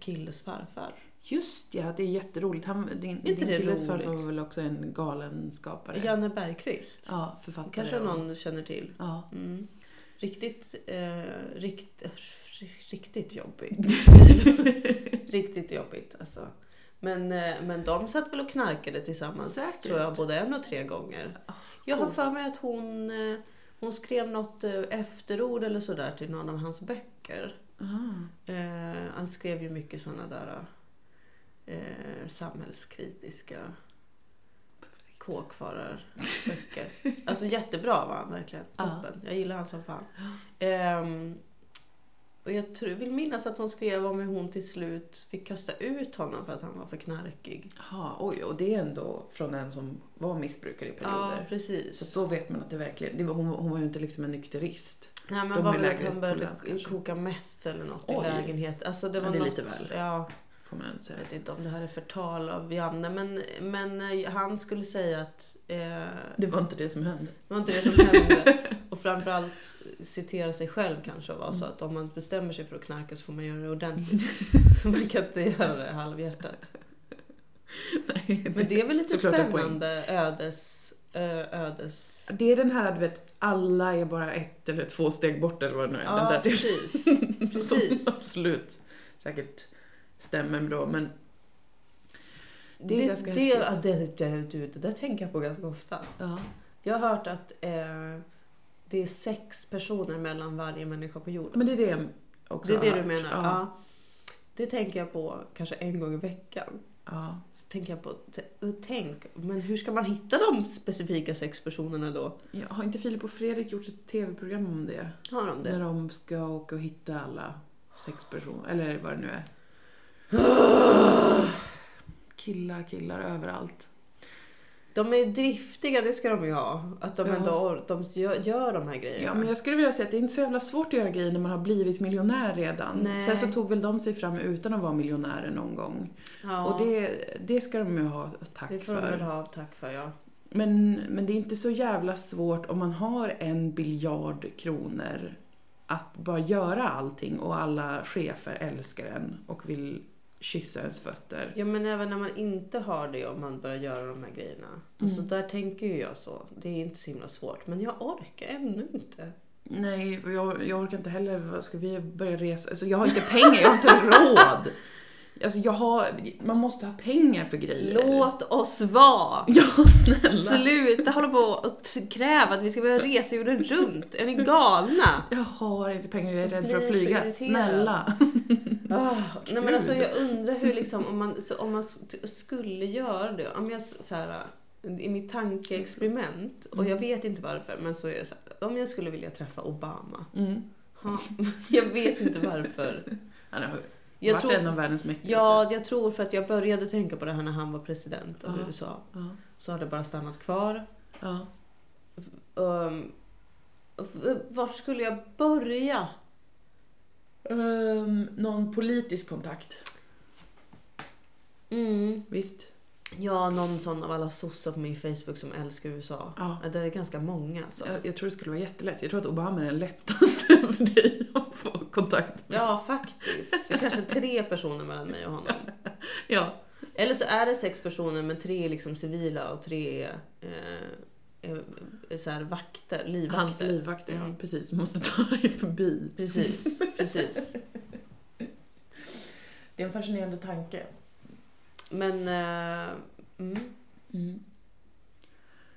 B: killes farfar.
A: Just ja, det är jätteroligt. Han, din
B: Är inte
A: din
B: det
A: killes
B: roligt?
A: farfar var väl också en galenskapare?
B: Janne Bergqvist.
A: Ja, författare.
B: Kanske
A: och-
B: någon känner till.
A: Ja.
B: Mm. Riktigt, eh, rikt, riktigt jobbigt. riktigt jobbigt alltså. Men, eh, men de satt väl och knarkade tillsammans
A: Säkert.
B: tror jag, både en och tre gånger.
A: Ah,
B: Jag har
A: coolt.
B: för mig att hon, eh, hon skrev något eh, efterord eller sådär till någon av hans böcker.
A: Ah.
B: Eh, han skrev ju mycket sådana där eh, samhällskritiska kåkfarar böcker. Alltså jättebra var han verkligen.
A: Ja.
B: Toppen. Jag gillar han som fan. Ehm, och jag tror, vill minnas att hon skrev om hur hon till slut fick kasta ut honom för att han var för knarkig.
A: Jaha, oj, och det är ändå från en som var missbrukare i
B: Ja,
A: perioder. så
B: precis.
A: att då vet man att det verkligen, det var, hon, hon var ju inte liksom en nykterist.
B: Nej,
A: de
B: men var
A: är
B: väl att
A: lägre
B: han började
A: tolerans kanske.
B: koka meth eller något i
A: Oj.
B: lägenhet. Alltså det
A: Ja,
B: var
A: det är
B: något,
A: lite väl.
B: Ja,
A: Får man ändå säga.
B: Jag vet inte om det här är förtal av Janne, men, men eh, han skulle säga att eh, det
A: Det var inte det som hände.
B: var inte det som hände. Och framförallt citera sig själv kanske och vara så att om man bestämmer sig för att knarka så får man göra det ordentligt. man kan inte göra det halvhjärtat.
A: Nej,
B: Men det är väl lite
A: Såklart en poäng.
B: spännande ödes... eh, ödes...
A: Det är den här, du vet, alla är bara ett eller två steg bort eller vad det nu är. den
B: Ja,
A: där teorin
B: precis.
A: som
B: precis.
A: absolut säkert stämmer bra, men
B: Det,
A: Det är ganska
B: det, det, ja,
A: häftigt.
B: det, det, det, det där tänker jag på ganska ofta.
A: ja.
B: Jag har hört att eh, det är sex personer mellan varje människa på jorden.
A: Men det är det jag också
B: det är det
A: har
B: du
A: hört.
B: menar? Ja.
A: Ja.
B: Det tänker jag på kanske en gång i veckan.
A: ja.
B: Så tänker jag på, t- och tänk, men hur ska man hitta de specifika sex personerna då?
A: Ja, Har inte Filip och Fredrik gjort ett tv-program om det?
B: Har de
A: När
B: det?
A: de ska åka och hitta alla sex personer, eller vad det nu är. Killar, killar överallt.
B: De är ju driftiga, det ska de ju ha. Att de
A: Ja.
B: ändå or- de gör, gör de här grejerna.
A: Ja, men jag skulle vilja säga att det är inte så jävla svårt att göra grejer när man har blivit miljonär redan.
B: Nej.
A: Sen så tog väl de sig fram utan att vara miljonärer någon gång.
B: Ja,
A: Och det, det ska de ju ha tack
B: det får de väl
A: för.
B: ha tack för, ja.
A: Men, men det är inte så jävla svårt om man har en biljard kronor att bara göra allting och alla chefer älskar en och vill kyssa ens fötter.
B: Ja men även när man inte har det och man börjar göra de här grejerna. Alltså
A: Mm.
B: där tänker ju jag så. Det är inte så himla svårt. Men jag orkar ännu inte.
A: Nej, och jag, jag orkar inte heller. Vad Ska vi börja resa? Alltså, jag har inte pengar, jag har inte råd. Alltså, jag har, man måste ha pengar för grejer.
B: Låt oss vara!
A: Ja, snälla.
B: Sluta hålla på och t- kräva att vi ska börja resa jorden runt. Är ni galna?
A: Jag har inte pengar, jag är rädd för
B: blir
A: att
B: så
A: flyga.
B: irriterad.
A: Snälla.
B: nej men alltså jag undrar hur liksom om man, så om man s- t- skulle göra det. Om jag s- så här, eh, i mitt tankeexperiment, och jag vet inte varför, men så är det så här. Om jag skulle vilja träffa Obama.
A: Mm.
B: Ha, jag vet inte varför.
A: Han har
B: Jag
A: varit
B: tror-
A: en av världens mäktigaste.
B: Ja, jag tror för att jag började tänka på det här när han var president av
A: Ja.
B: USA.
A: Ja.
B: Så har det bara stannat kvar.
A: ja.
B: Um, var eh, skulle jag börja?
A: Ehm, någon politisk kontakt.
B: Mm.
A: Visst?
B: Ja, någon sån av alla sossar på min Facebook som älskar USA.
A: Ja.
B: Det är ganska många alltså.
A: Jag, jag tror det skulle vara jättelätt. Jag tror att Obama är den lättaste för dig att få kontakt med.
B: Ja, faktiskt. Det är kanske tre personer mellan mig och honom.
A: Ja.
B: Eller så är det sex personer men tre är liksom civila och tre är, eh, är, är så här vakter, livvakter.
A: Hans livvakter, ja
B: Mm.
A: precis. Du måste ta dig förbi.
B: Precis, precis.
A: Det är en fascinerande tanke.
B: Men eh, mm.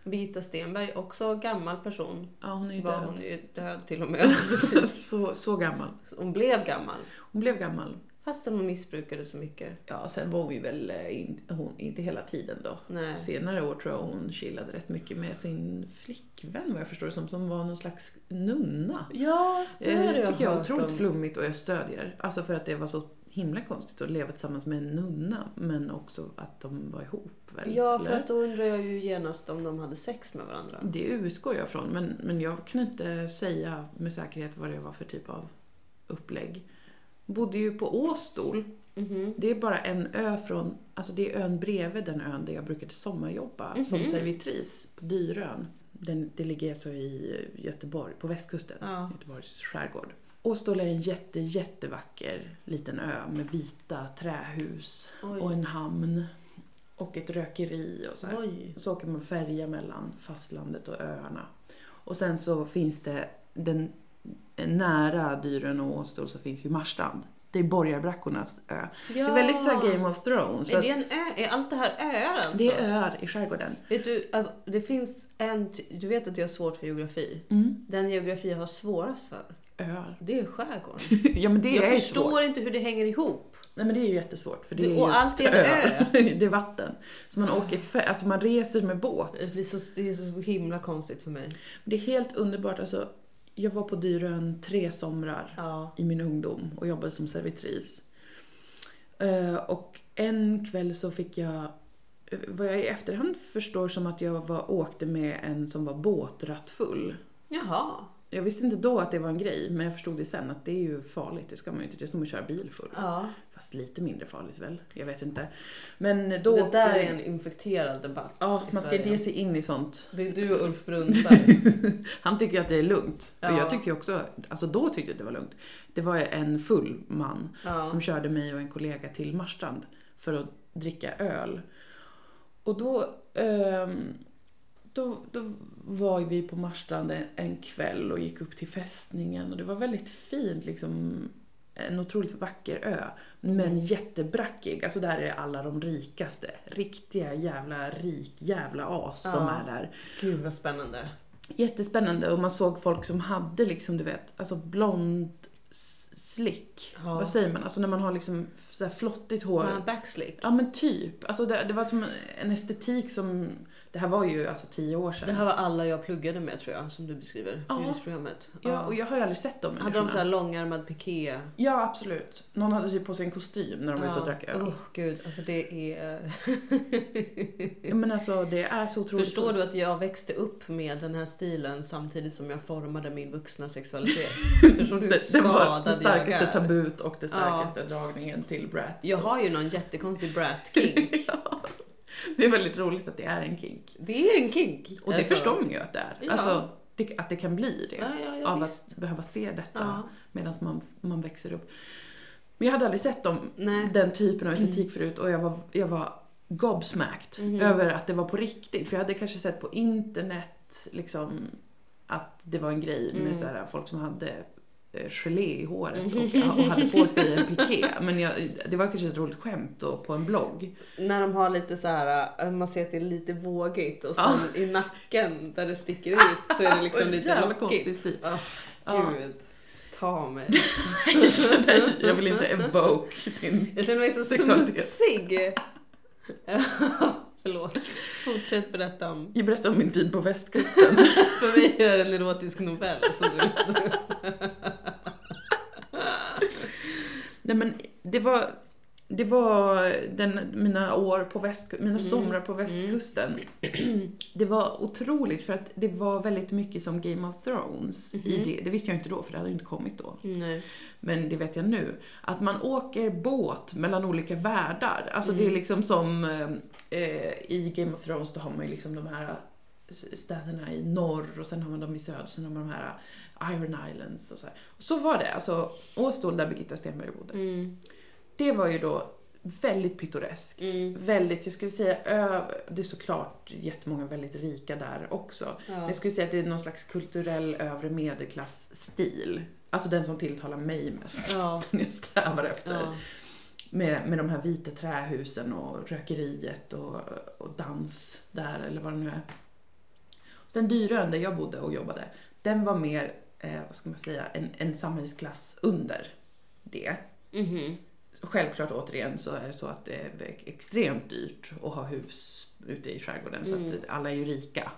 B: Birgitta Stenberg, också gammal person.
A: Ja, hon är ju
B: Var
A: död.
B: hon ju död till och med. Precis.
A: så, så gammal.
B: Hon blev gammal.
A: Hon blev gammal.
B: Fastän hon missbrukade så mycket.
A: Ja, sen var hon ju väl eh, in, hon, inte hela tiden då.
B: Nej.
A: Senare år tror jag hon chillade rätt mycket med sin flickvän vad jag förstår det som, som var någon slags nunna.
B: Ja,
A: Eh, tycker jag är otroligt flummigt och jag stödjer. Alltså för att det var så himla konstigt att leva tillsammans med en nunna men också att de var ihop. Väl?
B: Ja, för
A: eller?
B: att då undrar jag ju genast om de hade sex med varandra.
A: Det utgår jag från men, men jag kan inte säga med säkerhet vad det var för typ av upplägg. Bodde ju på Åstol.
B: Mhm.
A: Det är bara en ö från, alltså det är ön bredvid den ön där jag brukade sommarjobba som
B: Mhm.
A: servitris på Dyrön. Den, det ligger alltså i Göteborg, på västkusten,
B: Ja.
A: Göteborgs skärgård. Åstol är en jätte, jättevacker liten ö med vita trähus
B: Oj.
A: och en hamn och ett rökeri och så här.
B: Oj.
A: Så åker man färja mellan fastlandet och öarna. Och sen så finns det, den, nära Dyrön och Åstol så finns ju Marstrand. Det är borgarbrackornas ö. Det är väldigt såhär Game of Thrones. för
B: Är
A: att
B: det en ö? Är allt det här öar alltså?
A: det är öar i skärgården.
B: Vet du, av- det finns en... ty- Du vet att jag har svårt för geografi. Den geografi jag har svårast för,
A: Öar.
B: det är skärgården.
A: ja men det
B: jag
A: är
B: förstår
A: svårt.
B: inte hur det hänger ihop.
A: Nej men det är ju jättesvårt för det
B: Det- Ah.
A: är
B: och
A: just
B: allt är en
A: öar. det är vatten. Så man åker, fär- alltså man reser med båt.
B: Det är, så, det är så himla konstigt för mig.
A: Det är helt underbart alltså. Jag var på Dyrön tre somrar.
B: Ja.
A: i min ungdom och jobbade som servitris. Eh, Och en kväll så fick jag, eh, vad jag i efterhand förstår som att jag var, åkte med en som var båtrattfull.
B: Jaha.
A: Jag visste inte då att det var en grej, men jag förstod det sen att det är ju farligt, det ska man ju inte, det är som att köra bil full.
B: Ja.
A: Fast lite mindre farligt väl, jag vet inte. Men då
B: det
A: åkte-
B: där är en infekterad debatt
A: Ja,
B: i
A: man ska inte
B: Sverige.
A: ge sig in i sånt.
B: Det är du och Ulf Brunsberg.
A: Han tycker ju att det är lugnt. Och
B: Ja.
A: jag tyckte ju också, alltså då tyckte jag att det var lugnt. Det var en full man
B: Ja.
A: som körde mig och en kollega till Marstrand för att dricka öl. Och då, ehm, då, då var vi på Marstrand en- en kväll och gick upp till fästningen och det var väldigt fint liksom. En otroligt vacker ö,
B: Mm.
A: men jättebrackig. Alltså där är alla de rikaste. Riktiga jävla rik jävla as som
B: Ja.
A: är där.
B: Gud vad spännande.
A: Jättespännande och man såg folk som hade liksom, du vet, alltså blond s- slick.
B: Ja.
A: Vad säger man? Alltså när man har liksom så här flottigt hår.
B: Man har backslick.
A: Ja men typ. Alltså det, det var som en estetik som, det här var ju alltså tio år sedan.
B: Det här var alla jag pluggade med tror jag, som du beskriver.
A: Ja.
B: Ja. Yrkesprogrammet.
A: ja, och jag har ju aldrig sett dem
B: Hade de så här långärmad piké?
A: Ja absolut. Någon hade typ på sig en kostym när de var ute och drack öl.
B: Åh, gud, alltså det är...
A: Ja, Men alltså det är så otroligt
B: Förstår du att jag växte upp med den här stilen samtidigt som jag formade min vuxna sexualitet? Förstår du hur
A: det, det var
B: skadad
A: det
B: jag
A: starkaste
B: är?
A: tabut och det starkaste dragningen till Bratz.
B: Jag har ju någon jättekonstig brat kink.
A: Det är väldigt roligt att det är en kink.
B: Det är en kink.
A: Och det
B: alltså.
A: förstår man ju att det är.
B: Ja.
A: Alltså, det, att det kan bli det.
B: Ja, ja, ja,
A: av
B: visst.
A: att behöva se detta
B: Ja.
A: medan man, man växer upp. Men jag hade aldrig sett dem,
B: Nej. Mm.
A: den typen av estetik förut och jag var, jag var gobsmacked
B: Mhm.
A: över att det var på riktigt. För jag hade kanske sett på internet liksom, att det var en grej
B: Mm.
A: med så här, folk som hade eh, gelé i håret och, och hade på sig en piké. Men jag, det var kanske ett roligt skämt då, på en blogg.
B: När de har lite så här, äh, man ser att det är lite vågigt och sen i nacken där det sticker ut så är det liksom
A: Så
B: lite
A: jävla
B: lockigt.
A: konstig stil.
B: Åh,
A: Ja.
B: gud, ta mig.
A: Nej, jag vill inte evoke din...
B: Jag känner mig så
A: Sexualitet.
B: smutsig. Förlåt. Fortsätt berätta om.
A: Jag berättade om min tid på västkusten.
B: För mig är det en erotisk novell. Som du läser.
A: Nej men det var, det var den, mina år på västkusten, mina somrar på västkusten. Det var otroligt för att det var väldigt mycket som Game of Thrones i det. Det visste jag inte då för det hade inte kommit då.
B: Nej.
A: Men det vet jag nu. Att man åker båt mellan olika världar. Alltså det är liksom som eh, eh, i Game of Thrones då har man ju liksom de här städerna i norr och sen har man dem i söder, sen har man de här eh, Iron Islands och så här. Så var det, alltså Åstol där Birgitta Stenberg bodde.
B: Mm.
A: Det var ju då väldigt pittoresk. Väldigt, jag skulle säga, över, det är såklart jättemånga väldigt rika där också. Men
B: Ja.
A: jag skulle säga att det är någon slags kulturell övre medelklass-stil. Alltså den som tilltalar mig mest.
B: Ja.
A: Den jag strävar efter.
B: Ja.
A: Med, med de här vita trähusen och rökeriet och, och dans där eller vad det nu är. Sen Dyrön där jag bodde och jobbade, den var mer, eh, vad ska man säga, en, en samhällsklass under det.
B: Mhm.
A: Självklart återigen så är det så att det är extremt dyrt att ha hus ute i skärgården så
B: Mm.
A: att alla är ju rika.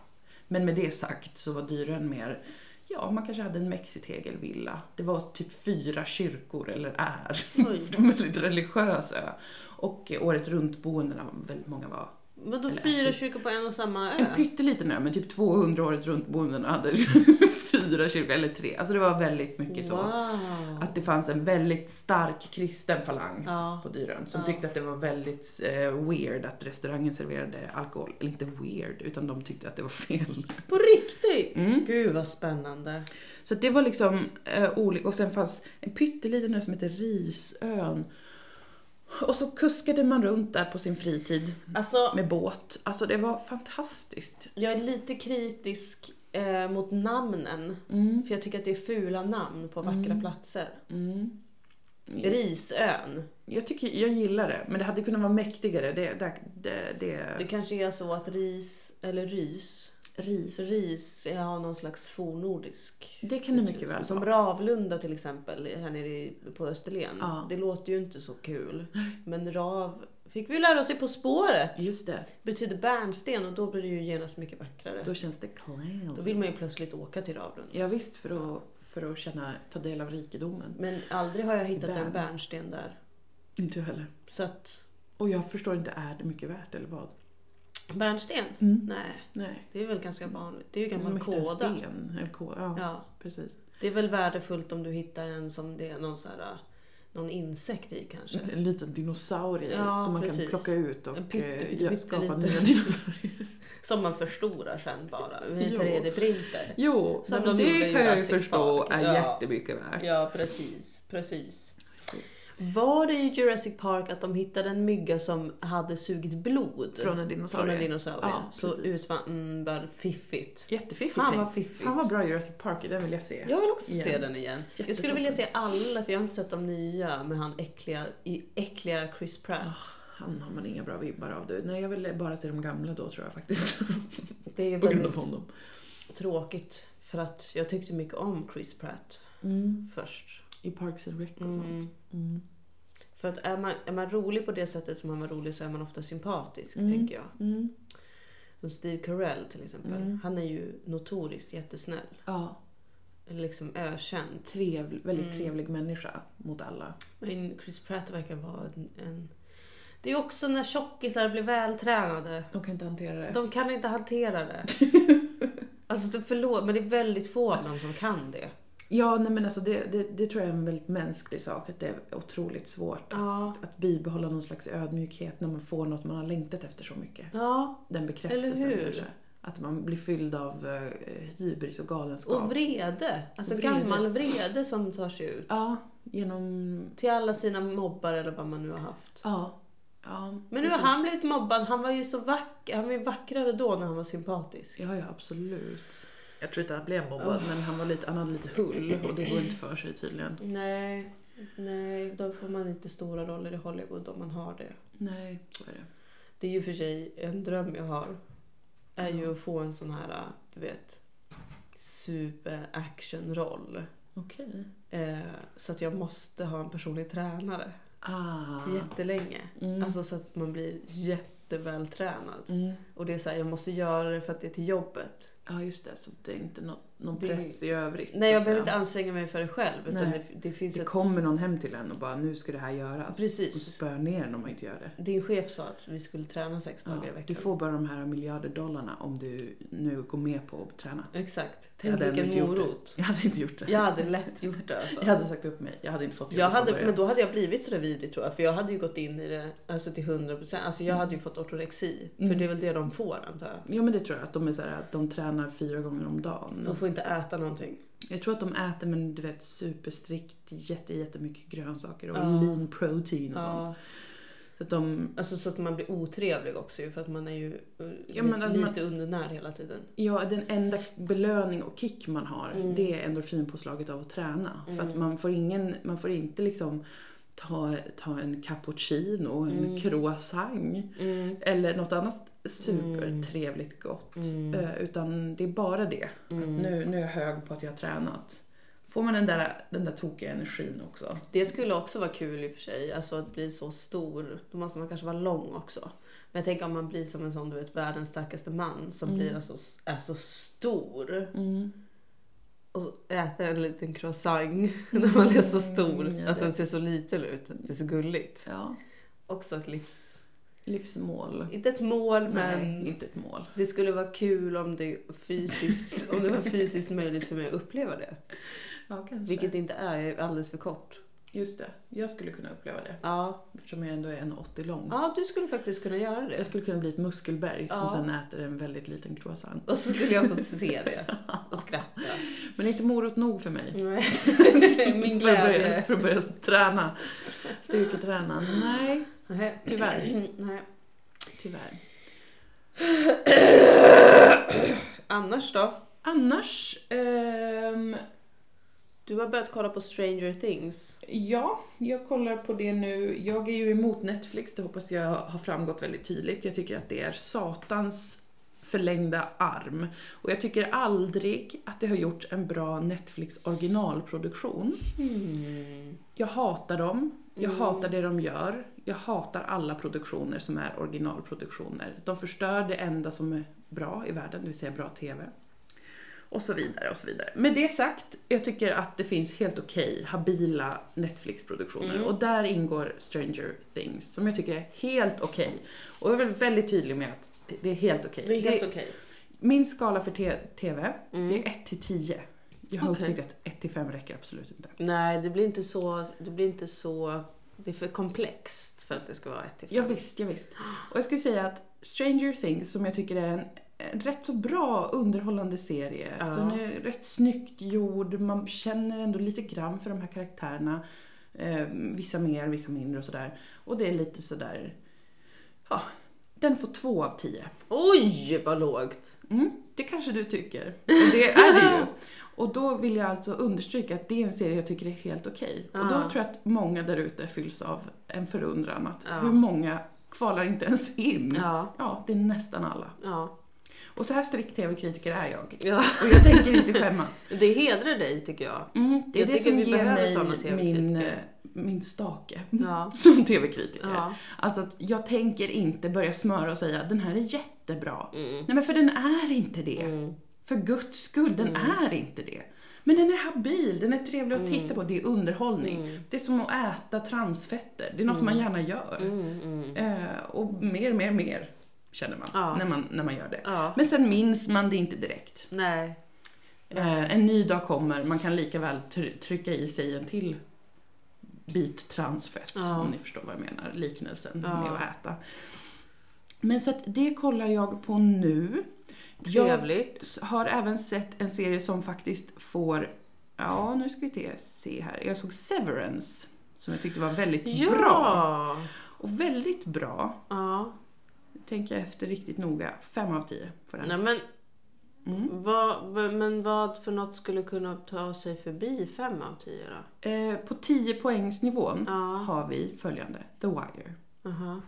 A: Men med det sagt så var Dyrön mer, ja man kanske hade en mexitegelvilla. Det var typ fyra kyrkor, eller är.
B: Oj.
A: De är lite religiösa ö. Och eh, året runt boendena, väldigt många var.
B: Vadå
A: Eller-
B: fyra kyrkor på en och samma
A: En
B: ö?
A: pytteliten ö, men typ 200 året runt boendena hade fyra kyrkor, eller tre. Alltså det var väldigt mycket så.
B: Wow.
A: Att det fanns en väldigt stark kristen falang
B: Ja.
A: på Dyrön som
B: Ja.
A: tyckte att det var väldigt eh, weird att restaurangen serverade alkohol. Eller inte weird, utan de tyckte att det var fel.
B: På riktigt?
A: Mm.
B: Gud vad spännande.
A: Så att det var liksom eh, olika. Och sen fanns en pytteliten ö som hette Risön. Och så kuskade man runt där på sin fritid
B: Alltså,
A: med båt. Alltså det var fantastiskt.
B: jag är lite kritisk eh, mot namnen.
A: Mm.
B: För jag tycker att det är fula namn på vackra platser.
A: Mm.
B: Risön.
A: Jag tycker, jag gillar det. Men det hade kunnat vara mäktigare. Det, det, det,
B: Det
A: det.
B: kanske är så att ris, eller rys,
A: Ris.
B: ris är av någon slags fornnordisk
A: Det kan det mycket väl
B: Som
A: vara.
B: Ravlunda till exempel, här nere i- på Österlen.
A: Ja.
B: Det låter ju inte så kul. Men Rav fick vi lära oss i På spåret.
A: Just det.
B: Betyder bärnsten och då blir det ju genast mycket vackrare.
A: Då känns det clown.
B: Då vill man ju plötsligt åka till Ravlunda.
A: Ja, visst för att, för att känna, ta del av rikedomen.
B: Men aldrig har jag hittat
A: Bärn.
B: en bärnsten där.
A: Inte jag heller.
B: Så att,
A: Och jag förstår inte, är det mycket värt eller vad?
B: bärnsten?
A: Mm.
B: Nej,
A: Nej.
B: det är väl ganska vanligt. Det är ju
A: Man
B: gammal
A: hittar en
B: kåda.
A: Sten, eller kåda. Ja,
B: Ja,
A: precis.
B: det är väl värdefullt om du hittar en som det är någon, så här, någon insekt i kanske.
A: En liten dinosaurie
B: Ja,
A: som man
B: precis.
A: kan plocka ut och
B: En pytte,
A: eh,
B: pytte,
A: ja,
B: pytte
A: skapa
B: liten.
A: nya dinosaurier.
B: Som man förstorar sen bara med
A: Jo.
B: 3D-printer.
A: Jo,
B: Som
A: nej, men
B: de gjorde
A: det
B: i
A: kan jag ju
B: Jurassic
A: förstå
B: Park.
A: är
B: Ja.
A: jättemycket värt.
B: Ja, precis. precis. Var det i Jurassic Park att de hittade en mygga som hade sugit blod
A: Från en
B: från
A: dinosaurie.
B: en dinosaurie?
A: Ja,
B: så
A: precis.
B: utvann mm, fiffigt.
A: Jättefiffigt
B: Fan
A: tänkt.
B: vad fiffigt.
A: Fan vad bra Jurassic Park är, den vill jag se.
B: Jag vill också se
A: Igen.
B: den igen. Jag skulle
A: Jättetråkigt.
B: vilja se alla, för jag har inte sett de nya med han äckliga, i- äckliga Chris Pratt.
A: Ah, Han har man inga bra vibbar av du. Nej, jag vill bara se de gamla då tror jag faktiskt.
B: Det är ju
A: På grund av
B: väldigt
A: honom.
B: tråkigt, för att jag tyckte mycket om Chris Pratt först.
A: I Parks and Rec och sånt.
B: Mm.
A: Mm.
B: För att är man, är man rolig på det sättet som han var rolig så är man ofta sympatisk,
A: Mm.
B: tänker jag.
A: Mm.
B: Som Steve Carell till exempel.
A: Mm.
B: Han är ju notoriskt jättesnäll.
A: Ja,
B: Eller liksom ökänd.
A: trevlig, väldigt
B: Mm.
A: trevlig människa mot alla.
B: Men Chris Pratt verkar vara en... en... Det är också när tjockisar blir vältränade.
A: De kan inte hantera det.
B: De kan inte hantera det. Alltså förlåt, men det är väldigt få av dem som kan det.
A: Ja, nej men alltså det, det, det tror jag är en väldigt mänsklig sak, att det är otroligt svårt att,
B: Ja.
A: att bibehålla någon slags ödmjukhet när man får något man har längtat efter så mycket.
B: Ja,
A: Den
B: Eller
A: bekräftelsen
B: hur?
A: kanske. Att man blir fylld av eh, hybris och galenskap.
B: och vrede. Alltså
A: Och vrede.
B: gammal vrede som tar sig ut.
A: Ja, genom...
B: Till alla sina mobbar eller vad man nu har haft.
A: Ja. ja
B: Men nu har
A: precis.
B: han blivit mobbad. Han var ju så vacker. Han var ju vackrare då när han var sympatisk.
A: Ja, ja absolut. Jag tror inte han blev mobbad, men han, var lite, han hade lite hull och det går inte för sig tydligen.
B: Nej, nej, då får man inte stora roller i Hollywood om man har det.
A: Nej, så är det.
B: Det är ju för sig en dröm jag har. Är ju att få en sån här, du vet, super-action-roll.
A: Okej.
B: Eh, så att jag måste ha en personlig tränare
A: Ah.
B: jättelänge.
A: Mm.
B: Alltså så att man blir jättevältränad.
A: Mm.
B: Och det är så här, jag måste göra det för att det är till jobbet.
A: Ja, just det. Så det är inte nå någon
B: Det-
A: press i övrigt.
B: Nej,
A: så
B: jag
A: att
B: behöver inte
A: säga.
B: anstränga mig för det själv. Utan
A: Nej.
B: det, det finns
A: Det
B: ett...
A: kommer någon hem till en och bara, nu ska det här göras.
B: Precis.
A: Och spöar ner en om man inte gör det.
B: Din chef sa att vi skulle träna sex dagar i
A: Ja,
B: veckan.
A: du får bara de här miljarder dollarna om du nu går med på att träna.
B: Exakt.
A: Jag
B: Tänk
A: hade ändå inte
B: vilken
A: gjort det.
B: morot.
A: Jag hade inte gjort det.
B: Jag hade lätt gjort det alltså.
A: Jag hade sagt upp mig. Jag hade inte fått jobbet
B: Jag
A: från
B: hade,
A: början.
B: men då hade jag blivit sådär vidrig tror jag, för jag hade ju gått in i det alltså till 100%. Alltså jag hade ju fått ortorexi, för
A: Mm.
B: det är väl det de får antar jag.
A: Ja men det tror jag, att de är så här, att de tränar fyra gånger om dagen.
B: De får inte äta någonting.
A: Jag tror att de äter men du vet superstrikt jätte, jättemycket grönsaker och
B: Ja.
A: lean protein och sånt.
B: Ja.
A: Så att de,
B: Alltså så att man blir otrevlig också ju, för att man är ju eh,
A: Ja, men att
B: li-
A: man-
B: lite undernärd hela tiden.
A: ja, den enda belöning och kick man har,
B: Mm.
A: det är endorfinpåslaget av att träna. För att
B: Mm.
A: man får, ingen, man får inte liksom ta, ta en cappuccino, en
B: Mm.
A: croissant
B: Mm.
A: eller något annat supertrevligt gott.
B: Mm.
A: Eh, Utan det är bara det. Att nu, nu är jag hög på att jag har tränat. Får man den där, den där tokiga energin också.
B: Det skulle också vara kul i och för sig, alltså att bli så stor. Då måste man kanske vara lång också. Men jag tänker om man blir som en sån, du vet, världens starkaste man som
A: Mm.
B: blir alltså, är så stor och så äter en liten croissant när man är så stor
A: Mm, jag
B: att den
A: vet.
B: ser så liten ut. Det är så gulligt.
A: Ja,
B: Också ett livs...
A: livsmål.
B: Inte ett mål, men
A: Nej, inte ett mål.
B: det skulle vara kul om det, fysiskt, om det var fysiskt möjligt för mig att uppleva det.
A: Ja, kanske.
B: Vilket det inte är, jag är alldeles för kort.
A: Just det, jag skulle kunna uppleva det.
B: Ja,
A: Eftersom jag ändå är 1,80 lång.
B: ja du skulle faktiskt kunna göra det.
A: Jag skulle kunna bli ett muskelberg som
B: Ja.
A: sen äter en väldigt liten croissant.
B: Och så skulle jag fått se det och skratta.
A: Men det är inte morot nog för mig.
B: Mm. Min
A: för, att börja,
B: glädje.
A: för att börja träna. Styrketräna. Nej,
B: Nej,
A: Tyvärr.
B: Nej.
A: tyvärr.
B: Annars då?
A: Annars, ehm,
B: Du har börjat kolla på Stranger Things.
A: Ja, jag kollar på det nu. Jag är ju emot Netflix, det hoppas jag har framgått väldigt tydligt. Jag tycker att det är satans förlängda arm. Och jag tycker aldrig att det har gjort en bra Netflix originalproduktion. Jag hatar dem, jag
B: Mm.
A: hatar det de gör. Jag hatar alla produktioner som är originalproduktioner. De förstör det enda som är bra i världen, det vill säga bra TV. Och så vidare och så vidare. Med det sagt, jag tycker att det finns helt okej habila Netflix-produktioner.
B: Mm.
A: Och där ingår Stranger Things, som jag tycker är helt okej. Och jag är väl väldigt tydlig med att det är helt okej.
B: Det är
A: Det-
B: helt okej.
A: Min skala för te- TV,
B: Mm.
A: det är 1 till 10. Jag har
B: Okej.
A: upptäckt att 1 till 5 räcker absolut inte.
B: Nej, det blir inte så... Det blir inte så... Det är för komplext för att det ska vara ett till
A: Ja,
B: fem.
A: visst, ja, visst. Och jag skulle säga att Stranger Things, som jag tycker är en, en rätt så bra underhållande serie.
B: Ja.
A: Den är rätt snyggt gjord, man känner ändå lite grann för de här karaktärerna. Eh, vissa mer, vissa mindre och sådär. Och det är lite sådär... Ja, den får två av tio.
B: Oj, vad lågt!
A: Mm, det kanske du tycker. Och det är det ju. Och då vill jag alltså understryka att det är en serie jag tycker är helt okej. Och
B: Ja.
A: då tror jag att många där ute fylls av en förundran att
B: Ja.
A: hur många kvalar inte ens in?
B: Ja.
A: Ja, det är nästan alla.
B: Ja.
A: Och så här strikt tv-kritiker är jag.
B: ja.
A: Och jag tänker inte skämmas.
B: Det hedrar dig, tycker jag.
A: Mm, det är
B: Jag
A: det
B: tycker
A: som
B: vi
A: ger
B: behöver såna
A: mig
B: TV-kritiker.
A: min, eh, min stake
B: Ja.
A: som tv-kritiker.
B: Ja.
A: Alltså att jag tänker inte börja smöra och säga den här är jättebra.
B: Mm.
A: Nej men för den är inte det.
B: Mm.
A: För guds skull, den är inte det. Men den är habil, den är trevlig att titta på, det är underhållning.
B: Mm.
A: Det är som att äta transfetter, det är något man gärna gör.
B: Mm. Mm.
A: Eh, och mer, mer, mer känner man
B: Ja.
A: när man, när man gör det.
B: Ja.
A: Men sen minns man det inte direkt.
B: Nej.
A: Eh, en ny dag kommer, man kan lika väl try- trycka i sig en till bit transfett,
B: Ja.
A: om ni förstår vad jag menar, liknelsen
B: Ja.
A: med att äta. Men så att det kollar jag på nu. Jag
B: Trevligt.
A: har även sett en serie som faktiskt får, ja nu ska vi te- se här, jag såg Severance som jag tyckte var väldigt bra.
B: Ja!
A: Och väldigt bra,
B: Ja.
A: tänker jag efter riktigt noga, fem av tio för den.
B: Nej, men,
A: Mm.
B: vad, vad- men vad för något skulle kunna ta sig förbi fem av tio då?
A: Eh, på 10 poängsnivån
B: Ja.
A: har vi följande, The Wire.
B: Aha.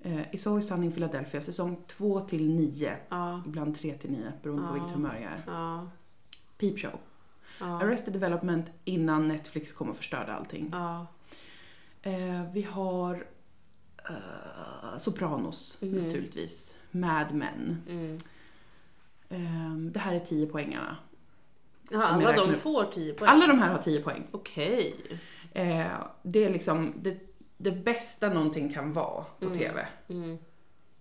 A: Eh, It's always sunny in Philadelphia, säsong 2 till 9,
B: Ja.
A: ibland 3 till 9 beroende på
B: Ja.
A: vilket humör jag är.
B: Ja.
A: Peep Show.
B: Ja.
A: Arrested Development innan Netflix kom och förstörde allting.
B: Ja.
A: Eh, vi har eh, Sopranos
B: Mhm.
A: naturligtvis. Mad Men.
B: Mm.
A: Eh, det här är 10 poängarna.
B: Ja,
A: Som jag
B: alla
A: räknar
B: de
A: upp.
B: får tio poäng?
A: Alla de här har 10 poäng.
B: Okej.
A: Eh, det är liksom det, det bästa någonting kan vara på
B: Mm.
A: TV.
B: Mm.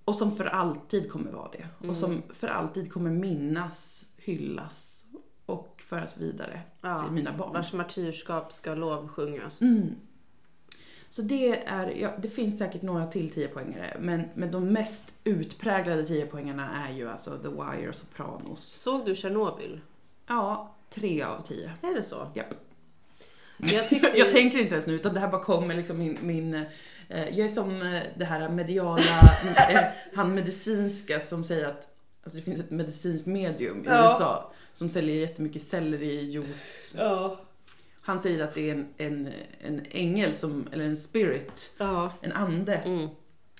A: Och som för alltid kommer vara det.
B: Mm.
A: Och som för alltid kommer minnas, hyllas och föras vidare till
B: Ja.
A: mina barn.
B: Vars martyrskap ska lovsjungas.
A: Mm. Så det är, ja, det finns säkert några till 10-poängare, men, men de mest utpräglade 10-poängarna är ju alltså The Wire och Sopranos.
B: Såg du Tjernobyl?
A: Ja, tre av tio.
B: Är det så?
A: Japp.
B: Jag tyckte
A: Jag tänker inte ens nu, utan det här bara kommer liksom min... min eh, jag är som eh, det här mediala, eh, han medicinska som säger att alltså det finns ett medicinskt medium i
B: Ja.
A: USA som säljer jättemycket sellerijuice.
B: Ja.
A: Han säger att det är en, en, en ängel, som, eller en spirit,
B: Ja.
A: en ande,
B: Mm.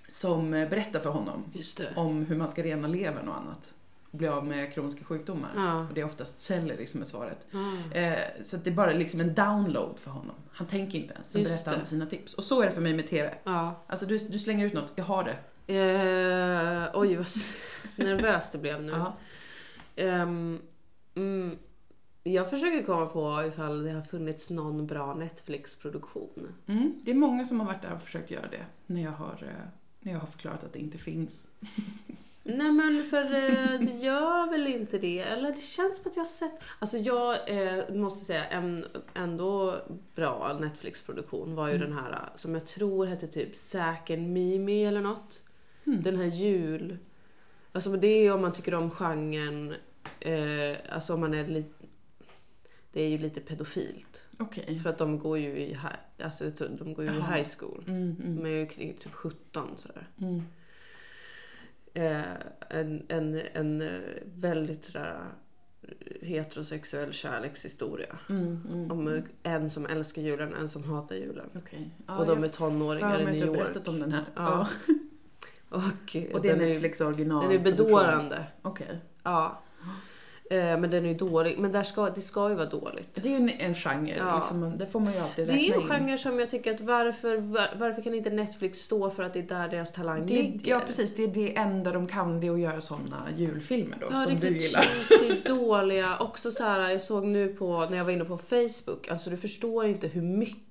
A: som eh, berättar för honom
B: Just det.
A: om hur man ska rena levern och annat och bli av med kroniska sjukdomar.
B: Ja.
A: Och det är oftast selleri som är svaret.
B: Ja.
A: Eh, så att det är bara liksom en download för honom. Han tänker inte ens, sen
B: Just
A: berättar
B: det.
A: han sina tips. Och så är det för mig med TV.
B: ja.
A: Alltså du, du slänger ut något, jag har det.
B: Eh, oj, vad s- nervös det blev nu.
A: Ja.
B: Ehm, mm, jag försöker komma på ifall det har funnits någon bra Netflix-produktion.
A: Mm. Det är många som har varit där och försökt göra det när jag har, eh, när jag har förklarat att det inte finns.
B: Nej men för eh, det gör väl inte det. Eller det känns som att jag har sett... Alltså jag eh, måste säga en ändå bra Netflix-produktion var ju
A: Mm.
B: den här eh, som jag tror hette typ Säken Mimi eller något.
A: Mm.
B: Den här jul... Alltså men det är ju om man tycker om genren, eh, alltså om man är lite... Det är ju lite pedofilt.
A: Okej.
B: För att de går ju i, hi- alltså, de går ju i
A: Mm. Jaha.
B: high school.
A: Mm, mm,
B: De är ju kring typ 17 sådär
A: mm.
B: eh, en, en, en eh, väldigt sådär heterosexuell kärlekshistoria.
A: Mm, mm.
B: Om eh, en som älskar julen, en som hatar julen.
A: Okej. Ja,
B: och de
A: jag
B: är tonåringar
A: för
B: i
A: mig att
B: New
A: jag har
B: York.
A: berättat om den här.
B: Ja.
A: Ja.
B: Och, eh,
A: Och det är
B: den, är,
A: Netflix original.
B: den är bedårande.
A: Okej.
B: Ja. Eh, men den är ju dålig. Men där ska, det ska ju vara dåligt.
A: Det är ju en, en genre,
B: Ja.
A: liksom, det får man ju alltid
B: Det är ju
A: räkna
B: en
A: in.
B: genre som jag tycker att varför, var, varför kan inte Netflix stå för att det är där deras talang
A: Det,
B: ligger?
A: ja precis, det är det enda de kan, det är att göra såna julfilmer då,
B: Ja,
A: som du
B: riktigt
A: gillar.
B: cheesy, dåliga. Också så här, jag såg nu på, när jag var inne på Facebook, alltså du förstår inte hur mycket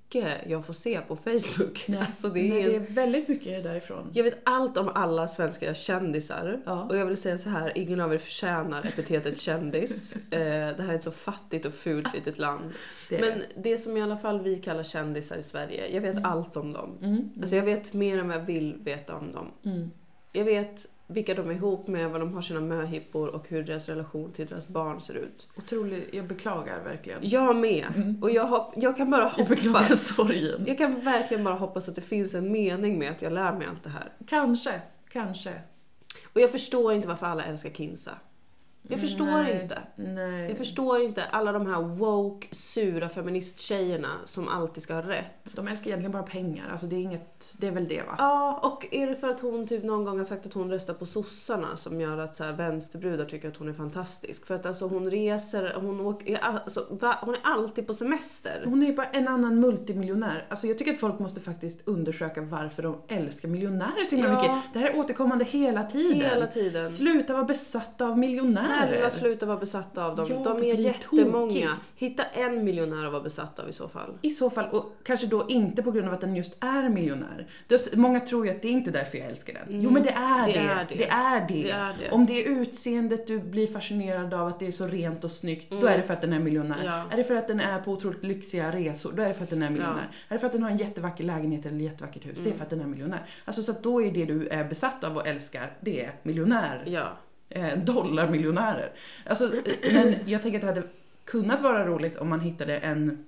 B: jag får se på Facebook.
A: Nej,
B: Alltså det är,
A: Nej, det är väldigt mycket därifrån.
B: Jag vet allt om alla svenska kändisar.
A: Ja.
B: Och jag vill säga så här, ingen av er förtjänar epitetet kändis. Eh, Det här är ett så fattigt och fult litet land.
A: Det är
B: Men det som i alla fall vi kallar kändisar i Sverige, jag vet allt om dem.
A: det. Mm,
B: Alltså jag vet mer än vad jag vill veta om dem.
A: mm,
B: Jag vet vilka de är ihop med, vad de har sina möhippor och hur deras relation till deras barn ser ut.
A: otroligt, jag beklagar verkligen.
B: Jag med.
A: Mm.
B: Och jag, hop- jag kan bara
A: Jag beklagar
B: hoppas.
A: sorgen.
B: Jag kan verkligen bara hoppas att det finns en mening med att jag lär mig allt det här.
A: Kanske, kanske.
B: Och jag förstår inte varför alla älskar Kinsa. Jag förstår
A: Nej.
B: inte.
A: Nej.
B: Jag förstår inte alla de här woke, sura feministtjejerna som alltid ska ha rätt.
A: De älskar egentligen bara pengar, alltså det är inget, det är väl det va?
B: Ja, och är det för att hon typ någon gång har sagt att hon röstar på sossarna som gör att så här vänsterbrudar tycker att hon är fantastisk? För att alltså hon reser, hon åker, alltså, va, hon är alltid på semester.
A: Hon är bara en annan multimiljonär. Alltså jag tycker att folk måste faktiskt undersöka varför de älskar miljonärer så himla
B: Ja.
A: mycket. Det här är återkommande hela tiden.
B: Hela tiden.
A: Sluta vara besatta av miljonärer.
B: Snälla sluta vara besatta av dem.
A: Jag
B: de är
A: blir
B: jättemånga.
A: tokig.
B: Hitta en miljonär att vara besatt av i så fall.
A: I så fall, och kanske då inte på grund av att den just är miljonär. Det- Många tror ju att det är inte därför jag älskar den. Jo men det är
B: Mm, Det
A: det.
B: är det.
A: Det är det.
B: Det är det.
A: Om det är utseendet du blir fascinerad av, att det är så rent och snyggt, då är det för att den är miljonär.
B: Mm. Ja.
A: Är det för att den är på otroligt lyxiga resor, då är det för att den är miljonär. Är det för att den har en jättevacker lägenhet eller ett jättevackert hus, det
B: Mm.
A: är för att den är miljonär. Alltså så att då är det du är besatt av och älskar, det är miljonär
B: Ja.
A: eh, dollarmiljonärer. Alltså, eh, men jag tänker att det hade kunnat vara roligt om man hittade en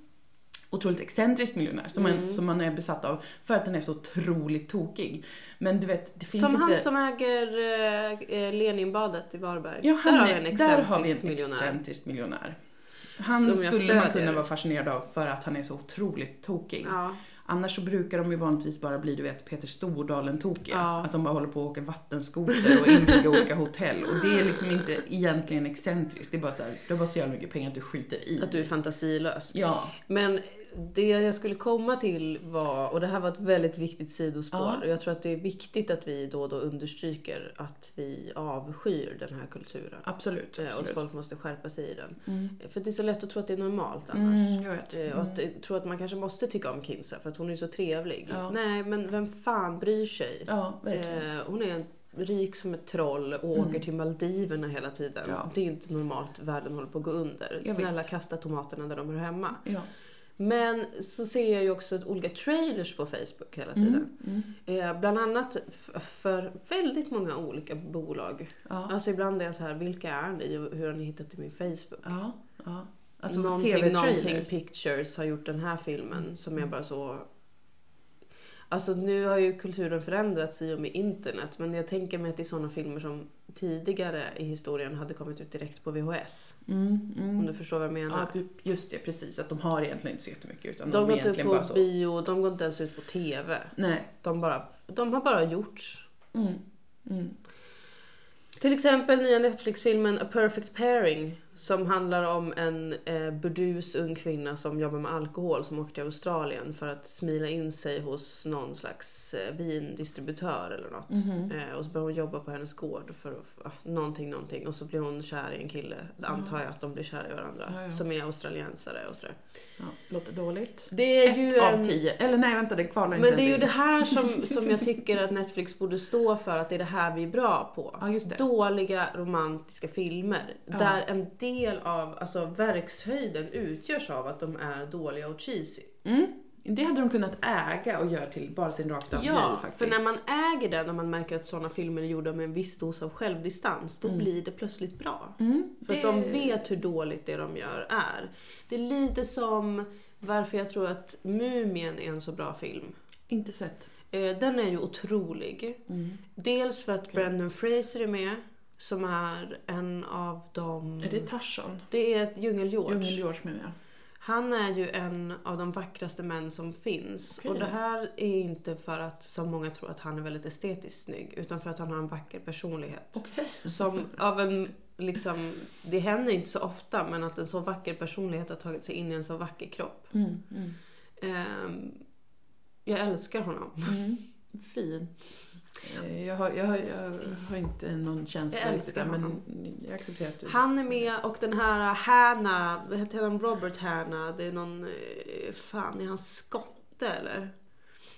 A: otroligt excentrisk miljonär som,
B: Mm.
A: man, som man är besatt av för att den är så otroligt tokig. Men du vet, det finns
B: Som
A: inte...
B: han som äger eh, eh, Leninbadet i Varberg.
A: ja, han
B: där har vi
A: är-
B: en
A: där har vi
B: excentrisk
A: en
B: miljonär.
A: excentrisk miljonär.
B: Som
A: Han
B: jag
A: skulle man
B: stödjer.
A: kunna vara fascinerad av för att han är så otroligt tokig.
B: Ja.
A: Annars så brukar de ju vanligtvis bara bli, du vet, Peter Stordalen-tokiga.
B: Ja.
A: Att de bara håller på och åker vattenskoter och inviger olika hotell. Och det är liksom inte egentligen excentriskt. Det är bara så här, du har bara så jävla mycket pengar att du skiter i.
B: Att du är fantasilös.
A: Ja.
B: Men det jag skulle komma till var, och det här var ett väldigt viktigt sidospår,
A: Ja.
B: och jag tror att det är viktigt att vi då och då understryker att vi avskyr den här kulturen.
A: Absolut.
B: Eh, Och att
A: absolut.
B: folk måste skärpa sig i den.
A: Mm.
B: För det är så lätt att tro att det är normalt annars.
A: Mm, jag vet.
B: Eh, Och att eh, tro att man kanske måste tycka om Kinsa för att hon är ju så trevlig.
A: Ja.
B: Nej, men vem fan bryr sig?
A: Ja, verkligen. Mm.
B: Eh, hon är rik som ett troll och åker till Maldiverna hela tiden.
A: Ja.
B: Det är inte normalt, världen håller på att gå under.
A: Ja,
B: Snälla
A: visst.
B: kasta tomaterna där de hör hemma.
A: Ja.
B: Men så ser jag ju också olika trailers på Facebook hela
A: Mm.
B: tiden. Eh, bland annat f- för väldigt många olika bolag.
A: Ja.
B: Alltså ibland är jag så här, vilka är ni och hur har ni hittat till min Facebook?
A: Ja. Ja. Alltså
B: någonting, någonting
A: tv-prylar.
B: Pictures har gjort den här
A: Mm.
B: filmen som jag bara så... Alltså nu har ju kulturen förändrats i och med internet men jag tänker mig att det är sådana filmer som tidigare i historien hade kommit ut direkt på VHS.
A: Mm,
B: Om
A: mm.
B: du förstår vad jag menar.
A: Ja, ju- just det, precis. Att de har egentligen inte så jättemycket utan
B: de
A: de,
B: går
A: är
B: inte ut
A: egentligen bara
B: på
A: så.
B: bio, de går inte ens ut på TV.
A: Nej.
B: De, bara, de har bara gjorts.
A: Mm. Mm.
B: Till exempel nya Netflix-filmen A Perfect Pairing som handlar om en eh, burdus ung kvinna som jobbar med alkohol som åker till Australien för att smila in sig hos någon slags eh, vindistributör eller något.
A: Mhm.
B: Eh, och så börjar hon jobba på hennes gård för att, ah, någonting, någonting. Och så blir hon kär i en kille, antar jag att de blir kära i varandra,
A: Ja, ja.
B: som är australiensare och sådär.
A: Ja, låter dåligt.
B: Det är ju
A: Ett av
B: en-
A: tio. Eller nej, vänta, den kvalar inte
B: Men det är ju
A: ens
B: det
A: in.
B: här som, som jag tycker att Netflix borde stå för, att det är det här vi är bra på.
A: Ja, just det.
B: Dåliga romantiska filmer.
A: Ja.
B: Där en del av alltså, verkshöjden utgörs av att de är dåliga och cheesy.
A: Mm. Det hade de kunnat äga och göra till bara sin rakt av grej
B: Ja,
A: faktiskt.
B: för när man äger den och man märker att sådana filmer är gjorda med en viss dos av självdistans, då blir det plötsligt bra.
A: Mm,
B: För att de vet hur dåligt det de gör är. Det är lite som varför jag tror att Mumien är en så bra film.
A: Inte sett.
B: Eh, Den är ju otrolig. Dels för att Brendan Fraser är med, som är en av de...
A: Är det Tarzan?
B: Det är Djungel-George.
A: Djungel George menar jag.
B: Han är ju en av de vackraste män som finns.
A: Okej.
B: Och det här är inte för att, som många tror, att han är väldigt estetiskt snygg. Utan för att han har en vacker personlighet.
A: Okej.
B: Som av en, liksom, det händer inte så ofta, men att en så vacker personlighet har tagit sig in i en så vacker kropp.
A: Mm, mm,
B: Ehm, jag älskar honom.
A: mm. Fint. Eh, Jag har, jag, har, jag har inte någon känsla
B: Jag
A: i
B: älskar
A: det,
B: honom.
A: men jag accepterar att du...
B: Han är med och den här Hanna, vad heter han? Robert Hanna, det är någon, eh, fan är han skotte eller?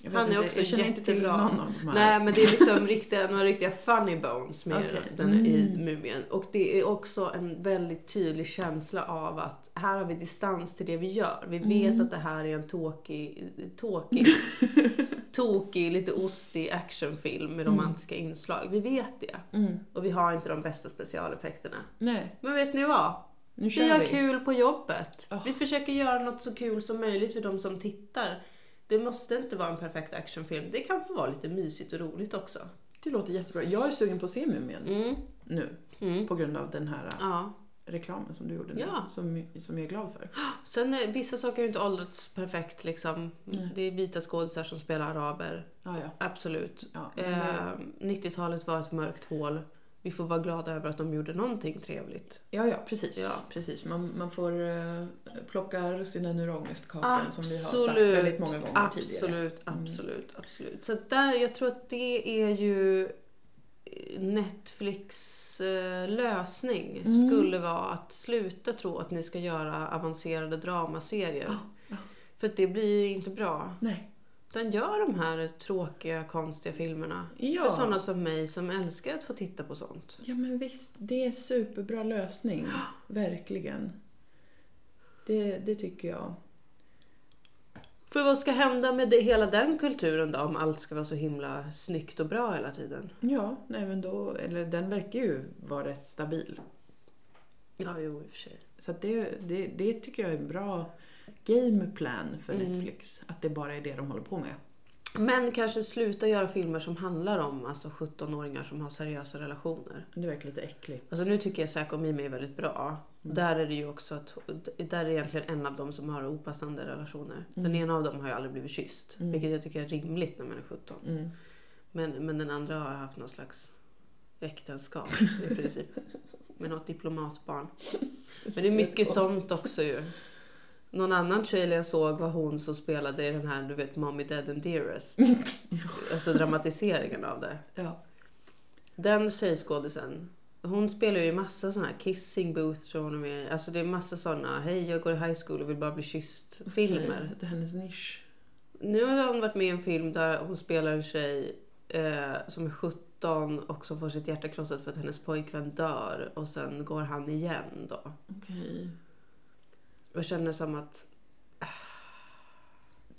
A: Jag
B: han är
A: inte,
B: också
A: jag känner inte till
B: jättebra.
A: någon av de här.
B: Nej men det är liksom riktiga, några riktiga funny bones med
A: Okej.
B: den i
A: Mm.
B: Mumien. Och det är också en väldigt tydlig känsla av att här har vi distans till det vi gör. Vi vet
A: Mm.
B: att det här är en tåkig, tåkig, tokig, lite ostig actionfilm med
A: Mm.
B: romantiska inslag. Vi vet det.
A: Mm.
B: Och vi har inte de bästa specialeffekterna.
A: Nej,
B: Men vet ni vad?
A: nu
B: Vi
A: kör
B: har
A: vi.
B: kul på jobbet.
A: Ah.
B: Vi försöker göra något så kul som möjligt för de som tittar. Det måste inte vara en perfekt actionfilm. Det kan få vara lite mysigt och roligt också.
A: Det låter jättebra. Jag är sugen på att se Mumien
B: Mm.
A: nu
B: Mm.
A: på grund av den här eh,
B: Ja.
A: reklamen som du gjorde nu,
B: Ja.
A: som, som jag är glad för.
B: Sen är, vissa saker har ju inte åldrats perfekt liksom.
A: Nej.
B: Det är vita skådisar som spelar araber.
A: Ja, ja.
B: Absolut.
A: ja men, eh,
B: Eh, 90-talet var ett mörkt hål. Vi får vara glada över att de gjorde någonting trevligt.
A: Ja, ja, precis.
B: Ja.
A: precis. Man, man får eh, plocka russinen ur ångestkakan som vi har sagt
B: Absolut,
A: väldigt många gånger tidigare. Mm.
B: Absolut, absolut, absolut. Så att där, jag tror att det är ju eh, Netflix eh, lösning
A: Mm.
B: skulle vara att sluta tro att ni ska göra avancerade dramaserier.
A: Ja, ja.
B: För att det blir inte bra.
A: Nej.
B: Utan gör de här tråkiga, konstiga filmerna.
A: Ja.
B: För sådana som mig som älskar att få titta på sånt.
A: ja, men visst. Det är en superbra lösning. Verkligen. Det, det tycker jag.
B: För vad ska hända med det, hela den kulturen då om allt ska vara så himla snyggt och bra hela tiden?
A: Ja, nej, men då, eller den verkar ju vara rätt stabil.
B: Ja, jo i och för sig.
A: Så att det, det, det tycker jag är en bra gameplan för
B: Mm.
A: Netflix. Att det bara är det de håller på med.
B: Men kanske sluta göra filmer som handlar om alltså 17-åringar som har seriösa relationer.
A: Det verkar lite äckligt.
B: Alltså nu tycker jag Säk och Mimi är väldigt bra.
A: Mm.
B: Där är det ju också att, där är egentligen en av dem som har opassande relationer. Den ena av dem har ju aldrig blivit kysst,
A: Mm.
B: vilket jag tycker är rimligt när man är 17.
A: Mm.
B: Men, men den andra har haft någon slags äktenskap i princip. Med något diplomatbarn. Men det är mycket sånt också ju. Någon annan tjej jag såg var hon som spelade i den här, du vet, Mommy Dead and Dearest. alltså dramatiseringen av det.
A: Ja.
B: Den tjejskådisen, hon spelar ju i massa såna här kissing booth tror hon är med i. Alltså det är massa såna, hej jag går i high school och vill bara bli kysst filmer.
A: Okej, Det är hennes nisch.
B: Nu har hon varit med i en film där hon spelar en tjej eh, som är 17 och som får sitt hjärta krossat för att hennes pojkvän dör och sen går han igen då.
A: Okej.
B: Och känner som att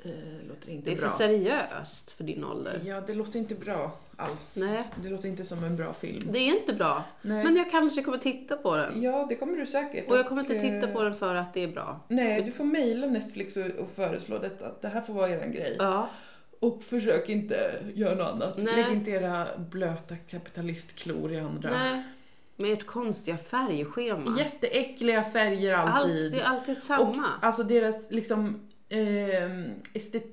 A: Det låter inte
B: Det är
A: bra.
B: för seriöst för din ålder.
A: Ja, det låter inte bra alls.
B: Nej.
A: Det låter inte som en bra film.
B: Det är inte bra.
A: Nej.
B: Men jag kanske kommer titta på den.
A: Ja, det kommer du säkert.
B: Och jag kommer inte
A: eh,
B: titta på den för att det är bra.
A: Nej, du får mejla Netflix och, och föreslå detta. att Det här får vara er grej.
B: Ja.
A: Och försök inte göra något annat.
B: Nej.
A: Lägg inte era blöta kapitalistklor i andra.
B: Nej. Med ert konstiga färgschema.
A: Jätteäckliga färger
B: Allt,
A: alltid.
B: det är alltid samma.
A: Och, alltså deras liksom ehm,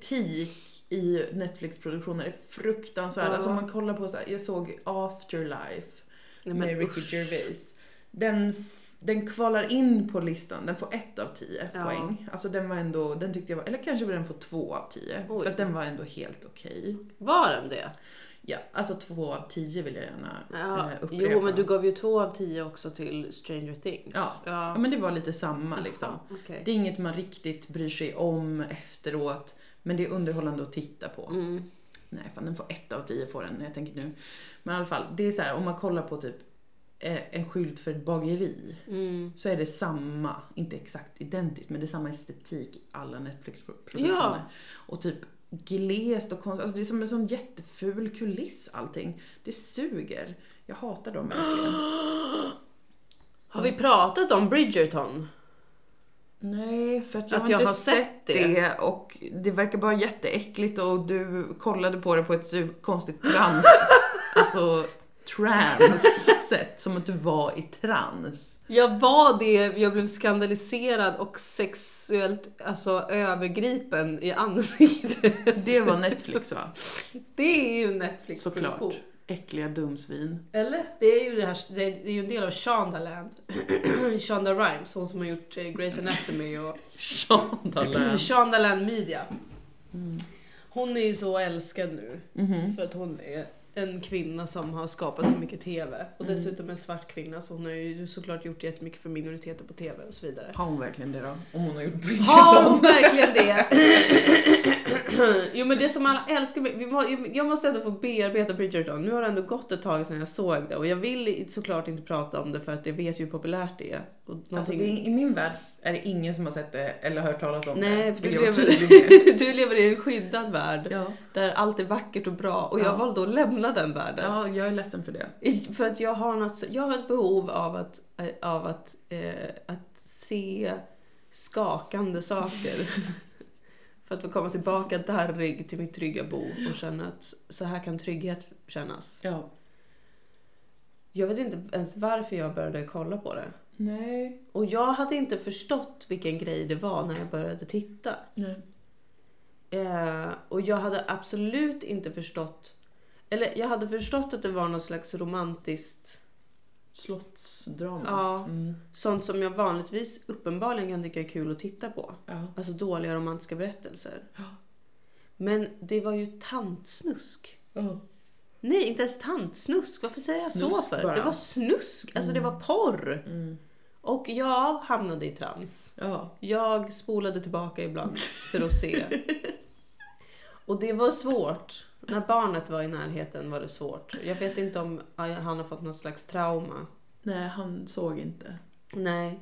A: estetik i Netflix-produktioner är fruktansvärd.
B: Ja.
A: Alltså om man kollar på så här, jag såg Afterlife
B: Nej, men
A: med Ricky
B: usch.
A: Gervais. Den, f- den kvalar in på listan, den får ett av tio
B: Ja.
A: poäng. Alltså den var ändå, den tyckte jag var, eller kanske den får två av tio.
B: Oj.
A: För att den var ändå helt okej.
B: Var den det?
A: Ja, alltså två av tio vill jag gärna
B: Ja.
A: eh, upprepa.
B: Jo, men du gav ju två av tio också till Stranger Things.
A: Ja. Ja men det var lite samma liksom.
B: Jaha, okej.
A: Det är inget man riktigt bryr sig om efteråt, men det är underhållande att titta på.
B: Mm.
A: Nej, fan den får ett av tio får den, jag tänker nu. Men i alla fall, det är så här, om man kollar på typ eh, en skylt för ett bageri
B: Mm.
A: så är det samma, inte exakt identiskt, men det är samma estetik i alla Netflix-produktioner.
B: Ja.
A: Och typ glest och konstigt, alltså det är som en sån jätteful kuliss allting. Det suger. Jag hatar dem verkligen.
B: Har vi pratat om Bridgerton?
A: Nej, för att jag,
B: Att
A: har,
B: jag
A: inte
B: har sett
A: sett det. och det verkar bara jätteäckligt och du kollade på det på ett su- konstigt trans, alltså trans sätt, som att du var i trans.
B: Jag var det, jag blev skandaliserad och sexuellt alltså, övergripen i ansiktet.
A: Det var Netflix va?
B: Det är ju Netflix
A: Såklart. Äckliga dumsvin.
B: Eller? Det är ju det här, det är det är ju en del av Shondaland. Shonda Rhimes, hon som har gjort eh, Grey's Anatomy och
A: Shondaland.
B: Shondaland Media.
A: Mm.
B: Hon är ju så älskad nu
A: Mm-hmm.
B: för att hon är en kvinna som har skapat så mycket TV och
A: Mm.
B: dessutom en svart kvinna så hon har ju såklart gjort jättemycket för minoriteter på TV och så vidare.
A: Har hon verkligen det då? Om hon har gjort Bridgerton? Alltså,
B: Har hon verkligen det? jo men det som alla älskar med, vi må, jag måste ändå få bearbeta Bridgerton. Nu har det ändå gått ett tag sedan jag såg det och jag vill i- såklart inte prata om det för att jag vet ju hur populärt det är. Och
A: Alltså,
B: någonting-
A: det är, I min värld är det ingen som har sett det eller hört talas om det.
B: Nej, för du
A: Vill jag vara
B: lever,
A: tydlig med.
B: du lever i en skyddad värld
A: Ja.
B: där allt är vackert och bra och jag
A: Ja.
B: valde att lämna den världen.
A: ja, jag är ledsen för det.
B: I- För att jag har, något, jag har ett behov av att, eh, av att, eh, att se skakande saker. för att få komma tillbaka darrig till mitt trygga bo och känna att så här kan trygghet kännas.
A: Ja.
B: Jag vet inte ens varför jag började kolla på det.
A: Nej.
B: Och jag hade inte förstått vilken grej det var när jag började titta.
A: Nej.
B: Eh, och jag hade absolut inte förstått... Eller jag hade förstått att det var någon slags romantiskt...
A: Slottsdrama.
B: Ja.
A: Mm.
B: Sånt som jag vanligtvis uppenbarligen kan tycka är kul att titta på.
A: ja.
B: Alltså dåliga romantiska berättelser.
A: Ja.
B: Men det var ju tantsnusk.
A: Ja.
B: Nej, inte ens tantsnusk. Varför säger jag så
A: Snusk
B: för?
A: bara. Mm.
B: Det var snusk. Alltså det var porr. Och jag hamnade i trans.
A: ja.
B: Jag spolade tillbaka ibland för att se. Och det var svårt. När barnet var i närheten var det svårt. Jag vet inte om han har fått något slags trauma.
A: Nej, han såg inte.
B: Nej.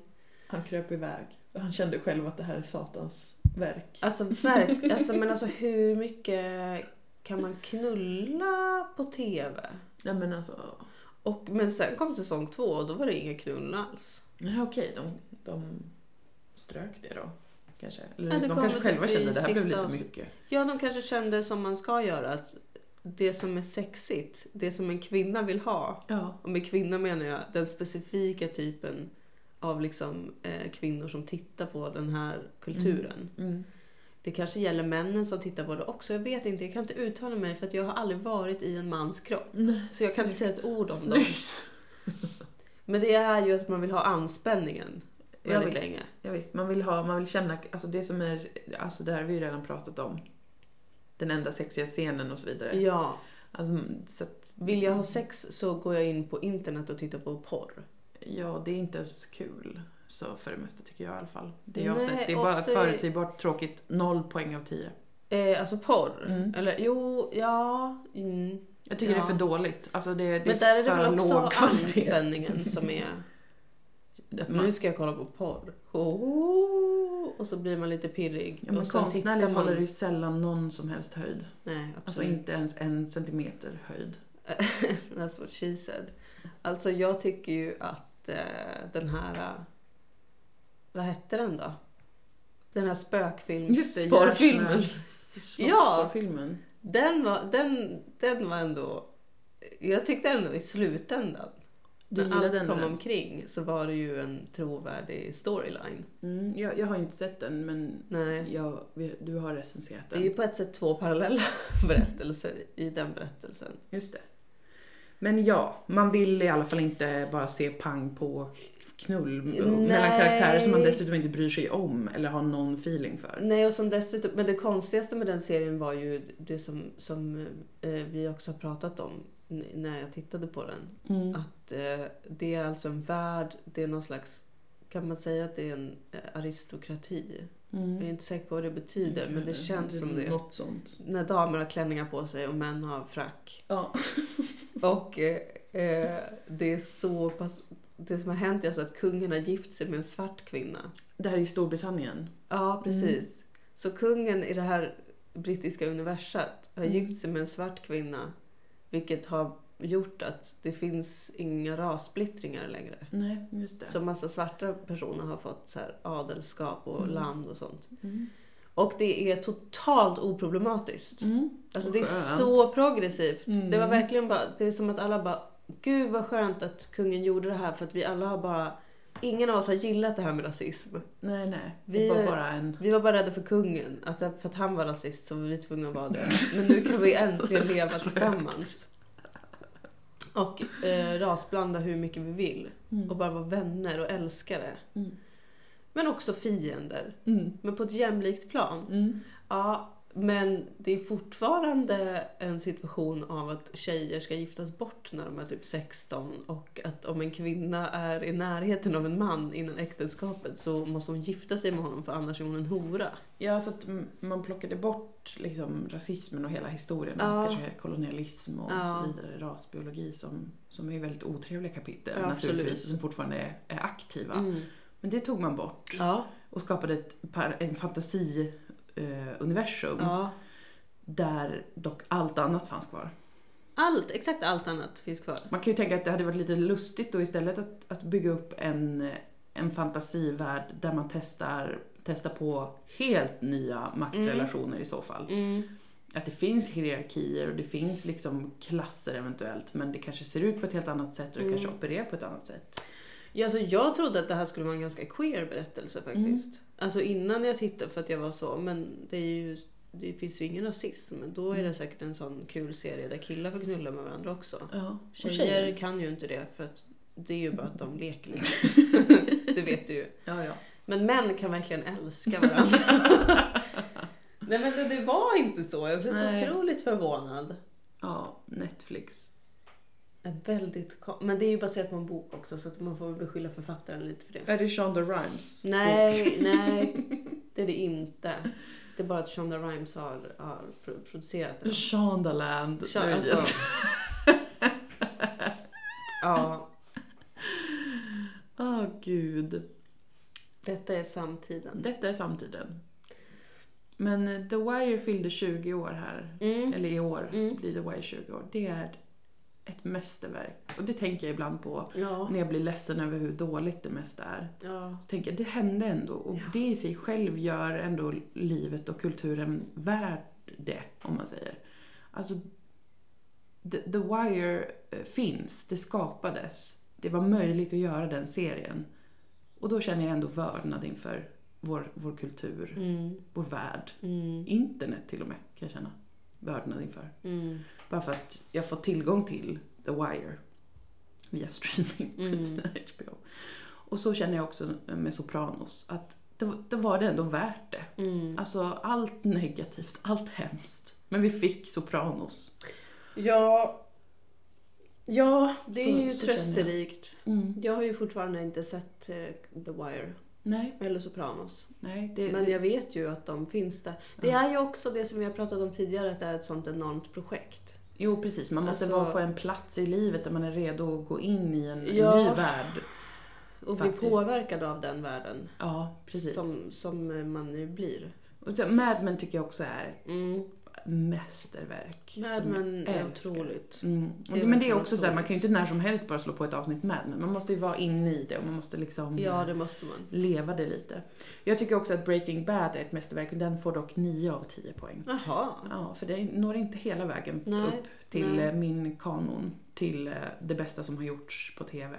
A: Han kröp iväg. Han kände själv att det här är Satans verk.
B: Alltså, verk, alltså, men alltså hur mycket kan man knulla på TV?
A: Nej men alltså.
B: Och, men sen kom säsong två och då var det inga knull alls.
A: Nej okej, de, de strök det då. Kanske. Eller
B: Ja, det
A: de
B: kom
A: kanske
B: väl
A: själva
B: typ i
A: kände att det här blev
B: sista
A: lite
B: avsnitt.
A: mycket.
B: Ja, de kanske kände som man ska göra, att det som är sexigt, det som en kvinna vill ha.
A: Ja.
B: Och med kvinna menar jag den specifika typen av liksom, eh, kvinnor som tittar på den här kulturen.
A: Mm.
B: Det kanske gäller männen som tittar på det också, jag vet inte, jag kan inte uttala mig för att jag har aldrig varit i en mans kropp. Så jag kan inte säga ett ord om dem. Men det är ju att man vill ha anspänningen
A: Ja,
B: väldigt
A: visst.
B: länge.
A: Ja, visst, man vill ha, man vill känna, alltså det som är, alltså det här har vi ju redan pratat om. Den enda sexiga scenen och så vidare.
B: Ja,
A: Alltså, så att,
B: vill jag ha sex så går jag in på internet och tittar på porr.
A: ja, det är inte ens kul. Så för det mesta tycker jag i alla fall. Det jag har
B: Nej,
A: sett. Det är bara
B: ofta är-
A: förutsägbart tråkigt. Noll poäng av tio.
B: Eh, alltså porr?
A: Mm.
B: Eller jo, ja. Mm.
A: Jag tycker
B: Ja.
A: det är för dåligt. Alltså det, det
B: Men där är det
A: för
B: väl också
A: låg kvalitet.
B: anspänningen som är...
A: Att man-
B: Nu ska jag kolla på porr. Oh. och så blir man lite pirrig.
A: Ja, men
B: och sen
A: konstnärligt
B: tittar man-
A: håller det ju sällan någon som helst höjd.
B: Nej,
A: Alltså
B: absolut.
A: inte ens en centimeter höjd.
B: That's what she said. Alltså jag tycker ju att eh, den här... Eh, vad hette den då? Den här spökfilms... Porrfilmen. Ja.
A: Ja! Porrfilmen.
B: Den var, den, den var ändå... Jag tyckte ändå i slutändan,
A: Du
B: när allt
A: gillade ändå
B: kom
A: den?
B: omkring, så var det ju en trovärdig storyline.
A: Mm, jag, jag har inte sett den men
B: Nej.
A: jag, vet- du har recenserat
B: Det är ju
A: den.
B: på ett sätt två parallella berättelser i den berättelsen.
A: Just det. Men ja, man vill i alla fall inte bara se pang på knull mellan
B: Nej.
A: karaktärer som man dessutom inte bryr sig om eller har någon feeling för.
B: Nej, och som dessutom, men det konstigaste med den serien var ju det som, som eh, vi också har pratat om n- när jag tittade på den.
A: Mm.
B: Att eh, det är alltså en värld, det är någon slags, kan man säga att det är en eh, aristokrati? Jag är inte säker på vad det betyder, men Mm. det känns som det.
A: Mm. Något sånt.
B: När damer har klänningar på sig och män har frack.
A: Ja.
B: Och eh, eh, det är så pass, det som har hänt är alltså att kungen har gift sig med en svart kvinna.
A: Det här är i Storbritannien.
B: Ja, precis. Så kungen i det här brittiska universet har
A: Mm.
B: gift sig med en svart kvinna, vilket har gjort att det finns inga rassplittringar längre.
A: Nej, just det.
B: Så massa svarta personer har fått så här adelskap och
A: Mm.
B: land och sånt.
A: Mm.
B: Och det är totalt oproblematiskt.
A: Mm.
B: Alltså det är
A: Skönt.
B: så progressivt.
A: Mm.
B: Det var verkligen bara, det är som att alla bara, gud vad skönt att kungen gjorde det här för att vi alla har bara, ingen av oss har gillat det här med rasism.
A: Nej, nej.
B: Vi-
A: Det var bara en...
B: Vi var bara rädda för kungen, att för att han var rasist så var vi tvungna att vara det. Men nu kan vi äntligen leva tillsammans. Och eh, rasblanda hur mycket vi vill.
A: Mm.
B: Och bara vara vänner och älskare.
A: Mm.
B: Men också fiender.
A: Mm.
B: Men på ett jämlikt plan.
A: Mm.
B: Ja, men det är fortfarande en situation av att tjejer ska giftas bort när de är typ 16 och att om en kvinna är i närheten av en man innan äktenskapet så måste hon gifta sig med honom för annars är hon en hora.
A: Ja, så att m- man plockade bort liksom rasismen och hela historien.
B: Ja.
A: Och kanske kolonialism och
B: Ja.
A: så vidare. Rasbiologi som, som är väldigt otrevliga kapitel
B: Ja,
A: naturligtvis.
B: absolut.
A: Och som fortfarande är, är aktiva.
B: Mm.
A: Men det tog man bort.
B: Ja,
A: Och skapade ett par, en fantasiuniversum.
B: ja.
A: Där dock allt annat fanns kvar.
B: Allt, exakt allt annat finns kvar.
A: Man kan ju tänka att det hade varit lite lustigt då istället att, att bygga upp en, en fantasivärld där man testar, testar på helt nya maktrelationer
B: Mm.
A: i så fall. Att det finns hierarkier och det finns liksom klasser eventuellt men det kanske ser ut på ett helt annat sätt och det kanske
B: Mm.
A: opererar på ett annat sätt.
B: Ja, så jag trodde att det här skulle vara en ganska queer berättelse faktiskt. Alltså innan jag tittade för att jag var så, men det, är ju, det finns ju ingen rasism. Då är det säkert en sån kul serie där killar får knulla med varandra också.
A: Ja.
B: Tjejer, kan ju inte det för att det är ju bara att de leker lite. det vet du ju.
A: Ja, ja.
B: Men män kan verkligen älska varandra. Nej men det, det var inte så. Jag blev så
A: Nej.
B: otroligt förvånad.
A: ja, Netflix.
B: En Väldigt kom- Men det är ju baserat på en bok också så att man får väl beskylla författaren lite för det.
A: Är det Shonda Rhimes
B: Nej, nej. Det är det inte. Det är bara att Shonda Rhimes har, har pro- producerat den.
A: Shondaland.
B: Shon-
A: Nu är
B: alltså.
A: jag-
B: Ja,
A: Åh gud.
B: detta är samtiden.
A: Detta är samtiden. Men eh, The Wire fyllde 20 år här
B: Mm.
A: eller i år
B: Mm.
A: blir The Wire 20 år. Det är ett mästerverk. Och det tänker jag ibland på
B: Ja,
A: när jag blir ledsen över hur dåligt det mesta är.
B: ja.
A: Så tänker jag, det hände ändå. Och det i sig själv gör ändå livet och kulturen värd det, om man säger. Alltså, The, The Wire eh, finns, det skapades. Det var möjligt att göra den serien. Och då känner jag ändå vördnad inför vår, vår kultur,
B: Mm,
A: vår värld.
B: mm,
A: Internet till och med, kan jag känna vördnad inför.
B: mm,
A: Bara för att jag får tillgång till The Wire via streaming på
B: Mm.
A: HBO. Och så känner jag också med Sopranos, att det, var- det var det ändå värt det.
B: mm.
A: Alltså allt negativt, allt hemskt. Men vi fick Sopranos.
B: Ja, ja, det
A: Så-
B: är ju
A: så känner jag.
B: trösterikt. Jag har ju fortfarande inte sett eh, The Wire
A: Nej,
B: eller Sopranos.
A: nej. Det,
B: Men
A: det,
B: jag vet ju att de finns där. Det är ju också det som vi har pratat om tidigare, att det är ett sånt enormt projekt.
A: jo, precis. Man måste
B: Alltså-
A: vara på en plats i livet där man är redo att gå in i en, en
B: Ja.
A: ny värld.
B: Och
A: Faktiskt.
B: bli påverkad av den världen
A: Ja, precis.
B: som, som man nu blir.
A: Och sen, Mad Men tycker jag också är ett
B: Mm.
A: mästerverk.
B: Mad
A: som jag
B: Men är
A: älskar.
B: otroligt.
A: Mm. Och
B: Det är
A: det, men det är
B: verkligen
A: också sådär, man kan ju
B: otroligt.
A: inte när som helst bara slå på ett avsnitt Mad Men. Man måste ju vara inne i det och man måste liksom
B: Ja,
A: eh,
B: det måste man.
A: leva det lite. Jag tycker också att Breaking Bad är ett mästerverk, men den får dock 9 av 10 poäng.
B: Jaha.
A: Ja, för det når inte hela vägen
B: Nej,
A: upp till
B: nej.
A: eh, min kanon, till eh, det bästa som har gjorts på TV.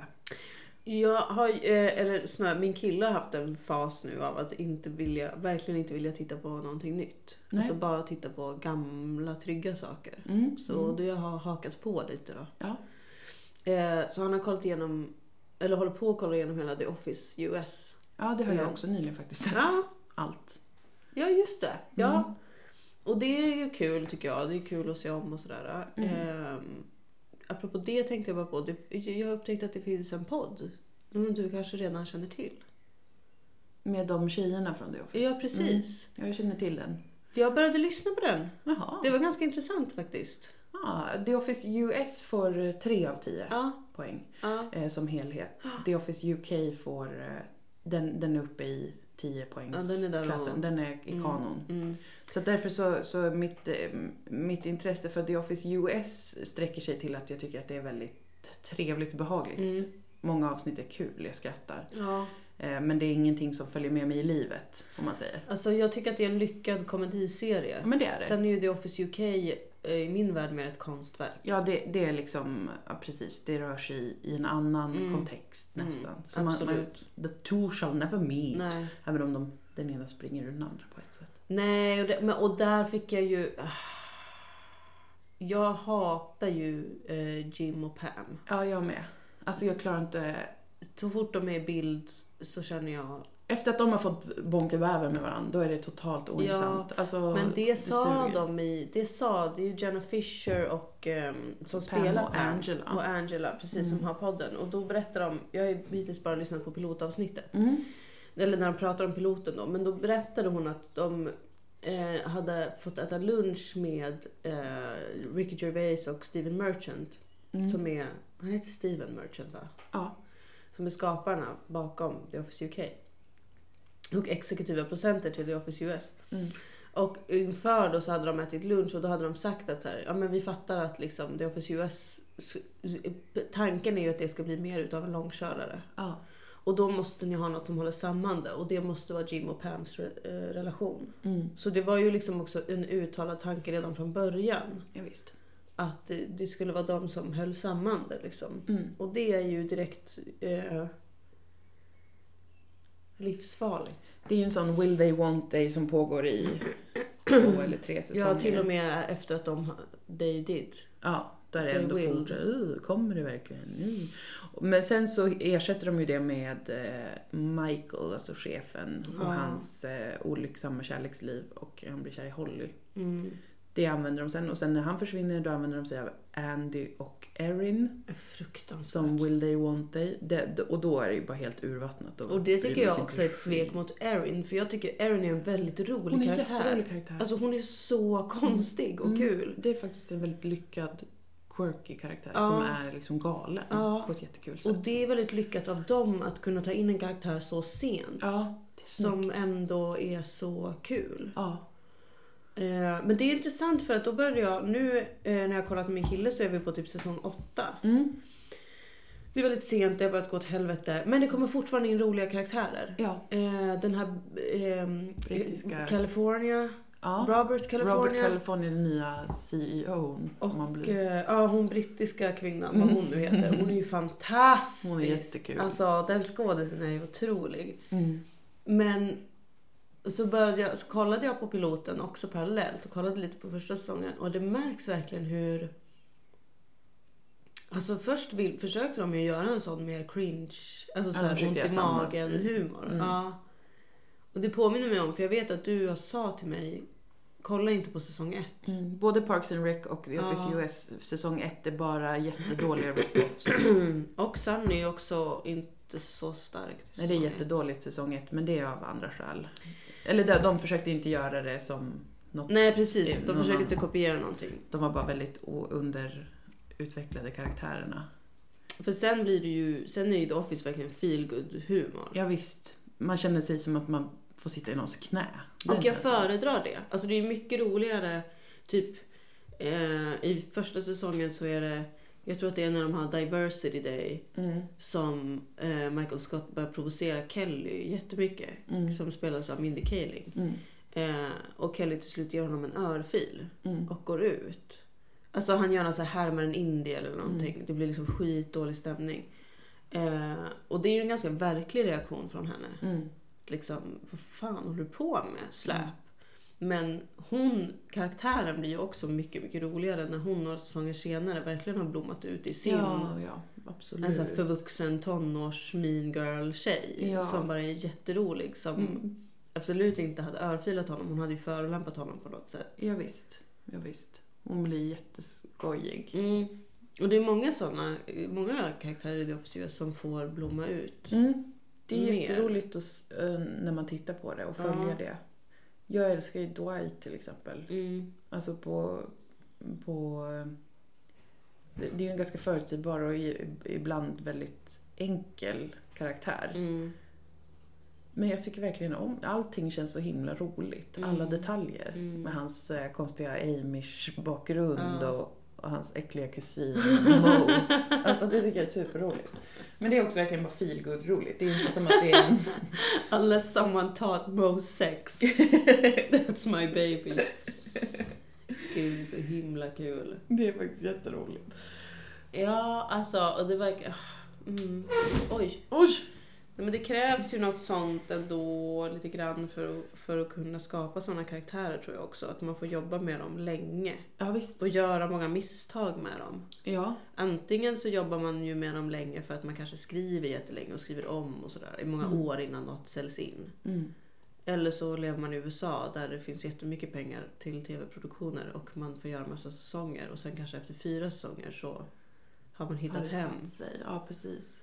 B: Jag har, eh, eller snarare, min kille har haft en fas nu av att inte vilja, verkligen inte vilja titta på någonting nytt.
A: Nej.
B: Alltså bara titta på gamla trygga saker.
A: Mm.
B: Så
A: mm.
B: det har hakat på lite då.
A: Ja.
B: Eh, så han har kollat igenom, eller håller på att kolla igenom hela The Office US.
A: ja, det har jag
B: Mm.
A: också nyligen faktiskt sett.
B: Ja,
A: Allt.
B: ja just det. Ja.
A: Mm.
B: Och det är ju kul tycker jag. Det är kul att se om och sådär.
A: Mm.
B: Ehm, apropå det tänkte jag bara på. Det, jag upptäckte att det finns en podd. Som du kanske redan känner till.
A: Med de tjejerna från The Office.
B: Ja, precis.
A: Mm. Jag känner till den.
B: Jag började lyssna på den.
A: Jaha.
B: Det var ganska intressant faktiskt.
A: Ja, The Office US får 3 av 10
B: Ja,
A: poäng
B: ja.
A: eh, som helhet. The Office UK får, eh, den, den är uppe i 10
B: Ja, den är där och-
A: poängsklassen. Den är i
B: Mm.
A: kanon.
B: Mm.
A: Så att därför så, så mitt, eh, mitt intresse för The Office US sträcker sig till att jag tycker att det är väldigt trevligt och behagligt.
B: Mm.
A: Många avsnitt är kul, jag skrattar.
B: ja.
A: Eh, Men det är ingenting som följer med mig i livet, om man säger.
B: Alltså jag tycker att det är en lyckad komediserie.
A: Ja, men det är det.
B: Eh, Sen är ju The Office UK eh, i min värld mer ett konstverk.
A: Ja, det, det är liksom, ja, precis, det rör sig i, i en annan
B: Mm.
A: kontext
B: Mm,
A: nästan. Så man, man,
B: absolut.
A: the two shall never meet.
B: Nej.
A: Även om de, den ena springer ur den andra på ett sätt.
B: Nej, och, det, men, och där fick jag ju... ah. Jag hatar ju eh, Jim och Pam.
A: Ja, jag med. Alltså jag klarar inte...
B: Så fort de är i bild så känner jag...
A: Efter att de har fått bonka bäver med varandra, då är det totalt ointressant. alltså,
B: Men det sa
A: suger.
B: de i... Det sa... Det är ju Jenna Fisher och... ehm, som
A: Pam
B: spelar
A: och
B: Pam.
A: Angela. Mm.
B: Och Angela, precis, som har podden. Och då berättar de... Jag har ju hittills bara lyssnat på pilotavsnittet.
A: Mm.
B: Eller när de pratar om piloten då. Men då berättade hon att de eh, hade fått äta lunch med eh, Ricky Gervais och Steven Merchant. Som är, han heter Steven Merchant va?
A: Mm. Ja.
B: Som är skaparna bakom The Office UK. Och exekutiva procenter till The Office US.
A: Mm.
B: Och inför då så hade de ätit lunch och då hade de sagt att så här, ja men vi fattar att liksom The Office US, tanken är ju att det ska bli mer utav en långkörare.
A: Ja.
B: Och då måste ni ha något som håller samman det och det måste vara Jim och Pams re- eh, relation.
A: Mm.
B: Så det var ju liksom också en uttalad tanke redan från början.
A: ja, visst.
B: Att det- det skulle vara de som höll samman det liksom.
A: Mm.
B: Och det är ju direkt eh, livsfarligt.
A: Det är ju en sån Will They Want They som pågår i två eller tre säsonger.
B: Ja, till och med efter att de, they did.
A: Ja, där är
B: They
A: det ändå
B: will.
A: fortfarande, "Uh, kommer det verkligen nu? Men sen så ersätter de ju det med eh, Michael, alltså chefen, och
B: Ja.
A: hans eh, olycksamma kärleksliv och han blir kär i Holly.
B: Mm.
A: Det använder de sen och sen när han försvinner då använder de sig av Andy och Erin
B: Fruktansvärt.
A: som Will They Want They. Det, och då är det ju bara helt urvattnat.
B: Och det tycker
A: bryr man sig
B: jag
A: inte
B: också är ett
A: skit.
B: svek mot Erin, för jag tycker Erin är en väldigt rolig
A: Hon är en
B: karaktär.
A: jätterolig karaktär.
B: Alltså hon är så konstig och
A: Mm.
B: kul.
A: Det är faktiskt en väldigt lyckad, quirky karaktär
B: Ja.
A: som är liksom galen
B: Ja.
A: på ett jättekul sätt.
B: Och det är väldigt lyckat av dem att kunna ta in en karaktär så sent.
A: ja, det är snyggt.
B: Som ändå är så kul.
A: Ja.
B: Eh, men det är intressant för att då började jag, nu eh, när jag kollat med min kille så är vi på typ säsong 8.
A: Mm.
B: Det är väldigt sent, det har börjat gå åt helvete. Men det kommer fortfarande in roliga karaktärer.
A: Ja.
B: Eh, den här ehm,
A: Brittiska.
B: California,
A: ja.
B: Robert
A: Robert
B: California.
A: California, den nya CEOn som han
B: och
A: blir.
B: eh, ja, hon brittiska kvinnan, vad hon nu heter. Hon är ju fantastisk.
A: Hon är Mm. jättekul.
B: Alltså den skådisen är ju otrolig.
A: Mm.
B: Men så, började jag, så kollade jag på piloten också parallellt och kollade lite på första säsongen och det märks verkligen hur... Alltså först vill, försökte de ju göra en sån mer cringe, alltså
A: de
B: såhär
A: försökte
B: ont
A: göra
B: i
A: samma
B: magen
A: stil.
B: humor.
A: Mm.
B: Ja. Och det påminner mig om, för jag vet att du har sa till mig, kolla inte på säsong ett.
A: Mm. Både Parks and Rec och The Office
B: Ja.
A: US säsong 1 är bara jättedåliga rip-offs.
B: och Sunny är också inte så starkt.
A: Nej, det är jättedåligt säsong 1 men det är av andra skäl. Eller de, de försökte inte göra det som något...
B: Nej precis, de
A: någon
B: försöker inte
A: annan.
B: kopiera någonting.
A: De var bara väldigt o- underutvecklade karaktärerna.
B: För sen blir det ju, sen är ju The Office verkligen feelgood humor
A: Ja, visst. Man känner sig som att man får sitta i någons knä. Det är
B: Och
A: inte
B: jag
A: ens-
B: föredrar det. Alltså det är mycket roligare, typ eh, i första säsongen så är det, jag tror att det är när de har diversity day
A: Mm.
B: som eh, Michael Scott börjar provocera Kelly jättemycket.
A: Mm.
B: Som spelas av Mindy Kaling.
A: Mm.
B: Eh, och Kelly till slut ger honom en örfil
A: Mm.
B: och går ut. Alltså han gör någon så här härmar en indie eller någonting.
A: Mm.
B: Det blir liksom skitdålig stämning. Eh, och det är ju en ganska verklig reaktion från henne
A: Mm.
B: liksom, vad fan håller du på med? Släp. Men hon, karaktären blir ju också mycket, mycket roligare när hon några säsonger senare verkligen har blommat ut i sin
A: Ja, ja, absolut.
B: en sån här förvuxen tonårs mean girl-tjej
A: Ja.
B: som bara är jätterolig som
A: Mm.
B: absolut inte hade örfilat honom. Hon hade ju förolämpat honom på något sätt.
A: Ja, visst. Ja, visst. Hon blir jätteskojig.
B: Mm. Och det är många såna, många karaktärer i The Office US som får blomma ut.
A: Mm. Det är
B: Mer.
A: jätteroligt att, s- eh, när man tittar på det och följer
B: Ja.
A: det. Jag älskar ju Dwight till exempel.
B: Mm.
A: Alltså på... på det det är ju en ganska förutsägbar och i- ibland väldigt enkel karaktär.
B: Mm.
A: Men jag tycker verkligen om... Allting känns så himla roligt.
B: Mm.
A: Alla detaljer.
B: Mm.
A: Med hans eh, konstiga Amish-bakgrund
B: Ja.
A: och, och hans äckliga kusin Mose. Alltså det tycker jag är superroligt. Men det är också verkligen bara feelgood-roligt. Det är ju inte som att det är en...
B: Unless someone taught Mo sex. That's my baby. Det är så himla kul.
A: Det är faktiskt jätteroligt.
B: Ja, alltså, och det verkar... Mm. Oj.
A: Oj!
B: Nej, Men det krävs ju något sånt ändå lite grann för att, för att kunna skapa sådana karaktärer tror jag också. Att man får jobba med dem länge
A: Ja, visst.
B: och göra många misstag med dem.
A: Ja.
B: Antingen så jobbar man ju med dem länge för att man kanske skriver jättelänge och skriver om och sådär i många
A: Mm.
B: år innan något säljs in.
A: Mm.
B: Eller så lever man i USA där det finns jättemycket pengar till tv-produktioner och man får göra massa säsonger och sen kanske efter fyra säsonger så har man
A: Har
B: hittat
A: det
B: hem.
A: satt sig. Ja, precis.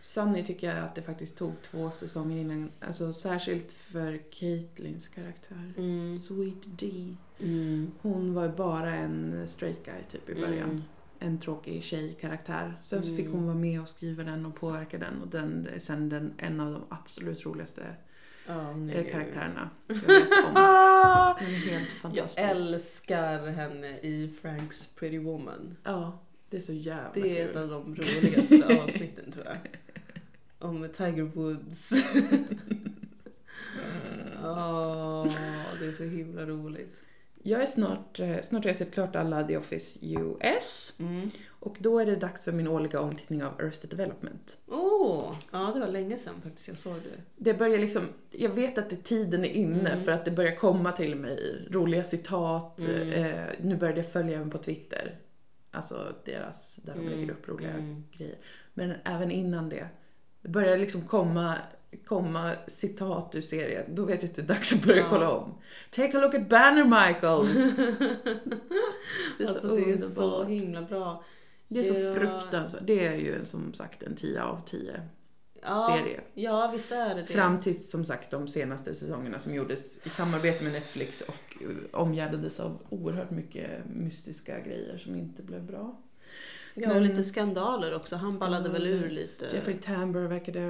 A: Sunny tycker jag att det faktiskt tog två säsonger innan. Alltså särskilt för Caitlins karaktär.
B: Mm.
A: Sweet D.
B: Mm.
A: Hon var ju bara en straight guy typ i början.
B: Mm.
A: En tråkig tjejkaraktär. Sen så
B: Mm.
A: fick hon vara med och skriva den och påverka den. Och den är sen den, en av de absolut roligaste
B: Ja, hon är
A: eh,
B: ju-
A: karaktärerna jag vet om.
B: Ah!
A: Hon är helt
B: Jag
A: fantastisk.
B: älskar henne i Franks Pretty Woman.
A: Ja, det är så jävla
B: Det är
A: kul.
B: ett av de roligaste avsnitten tror jag. Om Tiger Woods. Åh, det är så himla roligt.
A: Jag är snart, eh, snart har jag sett klart alla The Office US
B: Mm.
A: och då är det dags för min årliga omtittning av Earth Development.
B: Åh, Oh. ja det var länge sedan faktiskt jag såg det.
A: Det börjar liksom, jag vet att det, tiden är inne
B: Mm.
A: för att det börjar komma till mig roliga citat.
B: Mm.
A: Eh, nu började jag följa även på Twitter. Alltså deras, där de lägger upp roliga
B: Mm.
A: grejer. Men även innan det, det börjar liksom komma, komma citat ur serien. Då vet jag att det är dags att börja
B: Ja.
A: kolla om. Take a look at Banner Michael! Det är så
B: alltså, det är så
A: underbart.
B: himla bra.
A: Det är så
B: Ja.
A: fruktansvärt. Det är ju som sagt en 10 av 10
B: Ja,
A: serie.
B: ja visst är det det.
A: Fram till som sagt de senaste säsongerna som gjordes i samarbete med Netflix och eh, omgärdades av oerhört mycket mystiska grejer som inte blev bra.
B: ja, och
A: Men-
B: lite skandaler också. Han ballade väl
A: Skandaler.
B: ur lite.
A: Jeffrey Tambor verkade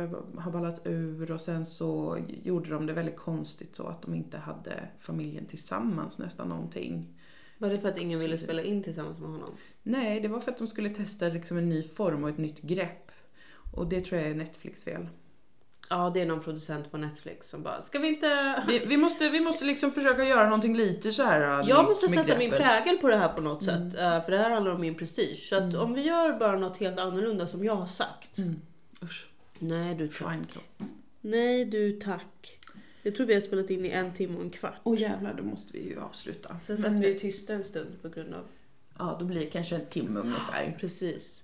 A: ha ballat ur och sen så gjorde de det väldigt konstigt så att de inte hade familjen tillsammans nästan någonting.
B: Var det för att ingen ville spela in tillsammans med honom?
A: Nej, det var för att de skulle testa liksom en ny form och ett nytt grepp. Och det tror jag är Netflix fel.
B: Ja, det är någon producent på Netflix som bara, ska vi inte...
A: Vi, vi, måste, vi måste liksom försöka göra någonting lite så här. uh,
B: Jag
A: nytt
B: måste
A: med
B: sätta min
A: greppet. Mm.
B: prägel på det här på något sätt, eh, för det här handlar om min prestige. Så att om vi gör bara något helt annorlunda som jag har sagt.
A: Mm. Usch,
B: Nej du tack.
A: svinekropp.
B: Nej du tack. Jag tror vi har spelat in i en timme och en kvart.
A: Åh jävlar, Mm. då måste vi ju avsluta.
B: Sen satt vi ju tysta en stund på grund av...
A: Ja, då blir det kanske en timme ungefär.
B: Precis.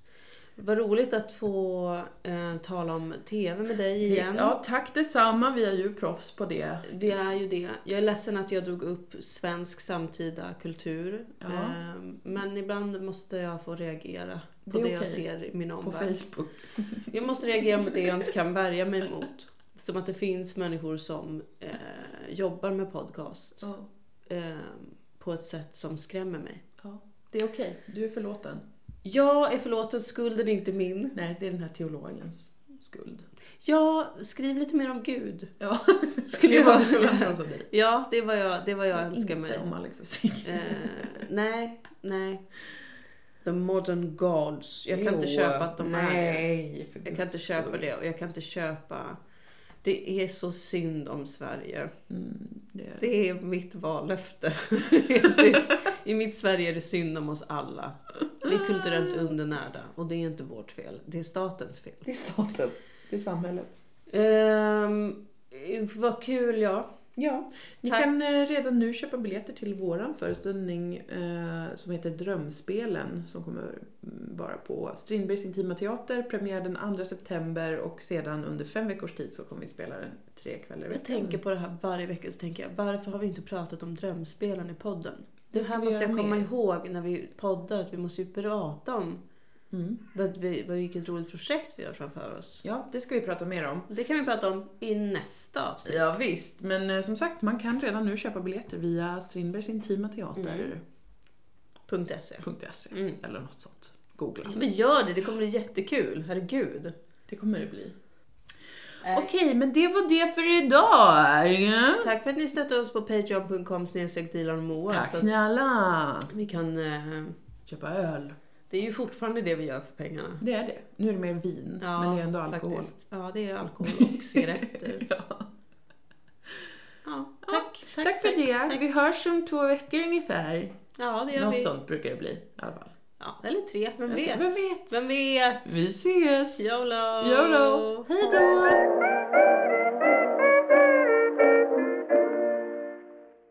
B: Vad roligt att få eh, tala om TV med dig igen.
A: Ja, tack detsamma. Vi är ju proffs på det.
B: Vi är ju det. Jag är ledsen att jag drog upp svensk samtida kultur.
A: Ja.
B: Eh, men ibland måste jag få reagera på
A: Det
B: det,
A: är
B: jag
A: okej.
B: ser i min
A: På
B: omvärld.
A: Facebook.
B: Jag måste reagera mot det jag inte kan värja mig mot. Som att det finns människor som eh, jobbar med podcast
A: Ja,
B: eh, på ett ehm, sätt som skrämmer mig.
A: det är okej. Du är förlåten.
B: Jag är förlåten, skulden är inte min.
A: Nej, det är den här teologens skuld.
B: Jag skriv lite mer om Gud.
A: Ja,
B: Skulle
A: det var
B: jag
A: det förväntan som dig.
B: Ja, det var jag, det var jag önskar mig.
A: Inte om Alex och Sigge.
B: Eh, nej, nej. The modern gods. Jag kan inte
A: Jo,
B: köpa att de är det.
A: Nej, för
B: Jag
A: guds
B: kan inte köpa
A: skull.
B: det och jag kan inte köpa... Det är så synd om Sverige.
A: Mm, det.
B: Det är mitt vallöfte. Det är- I mitt Sverige är det synd om oss alla. Vi
A: Ah!
B: är kulturellt undernärda och det är inte vårt fel. Det är statens fel.
A: det är staten. Det är samhället.
B: Ehm, vad kul ja.
A: Ja, ni
B: Tack.
A: kan eh, redan nu köpa biljetter till våran föreställning eh, som heter Drömspelen som kommer mm, vara på Strindbergs Intima Teater, premiär den 2 september och sedan under fem veckors tid så kommer vi spela den tre kvällar i
B: Jag
A: veckan.
B: tänker på det här varje vecka så tänker jag, varför har vi inte pratat om drömspelen i podden?
A: Det
B: Det
A: ska
B: här
A: vi
B: måste
A: göra
B: jag komma
A: mer.
B: ihåg när vi poddar, att vi måste ju prata om
A: Mm.
B: vad vi, vad, vilket roligt projekt vi har framför oss.
A: Ja, det ska vi prata mer om.
B: Det kan vi prata om i nästa avsnitt.
A: Ja, visst, men eh, som sagt, man kan redan nu köpa biljetter via Strindbergs Intima Teater.se
B: Punkt .se. Mm.
A: E eller något sånt. Googla.
B: Ja, men gör det, det kommer bli jättekul. Herregud.
A: Det kommer det bli.
B: Och
A: Okej, men det var det för idag.
B: tack för att ni stöttar oss på patreon.com snedstreck Dilan och Moa.
A: Tack
B: så att
A: snälla.
B: Vi kan... eh,
A: Köpa öl.
B: Det är ju fortfarande det vi gör för pengarna.
A: Det är det. Nu är det mer vin,
B: Ja,
A: men det är ändå alkohol.
B: Faktiskt. Ja, det är alkohol och cigaretter. ja, tack, tack.
A: Tack för det. Vi hörs om två veckor ungefär.
B: Ja, det gör
A: Något
B: vi.
A: sånt brukar det bli i alla fall.
B: Ja, eller tre, vem vet?
A: Vem vet?
B: Vem vet?
A: Vi ses!
B: YOLO!
A: YOLO! Hej då!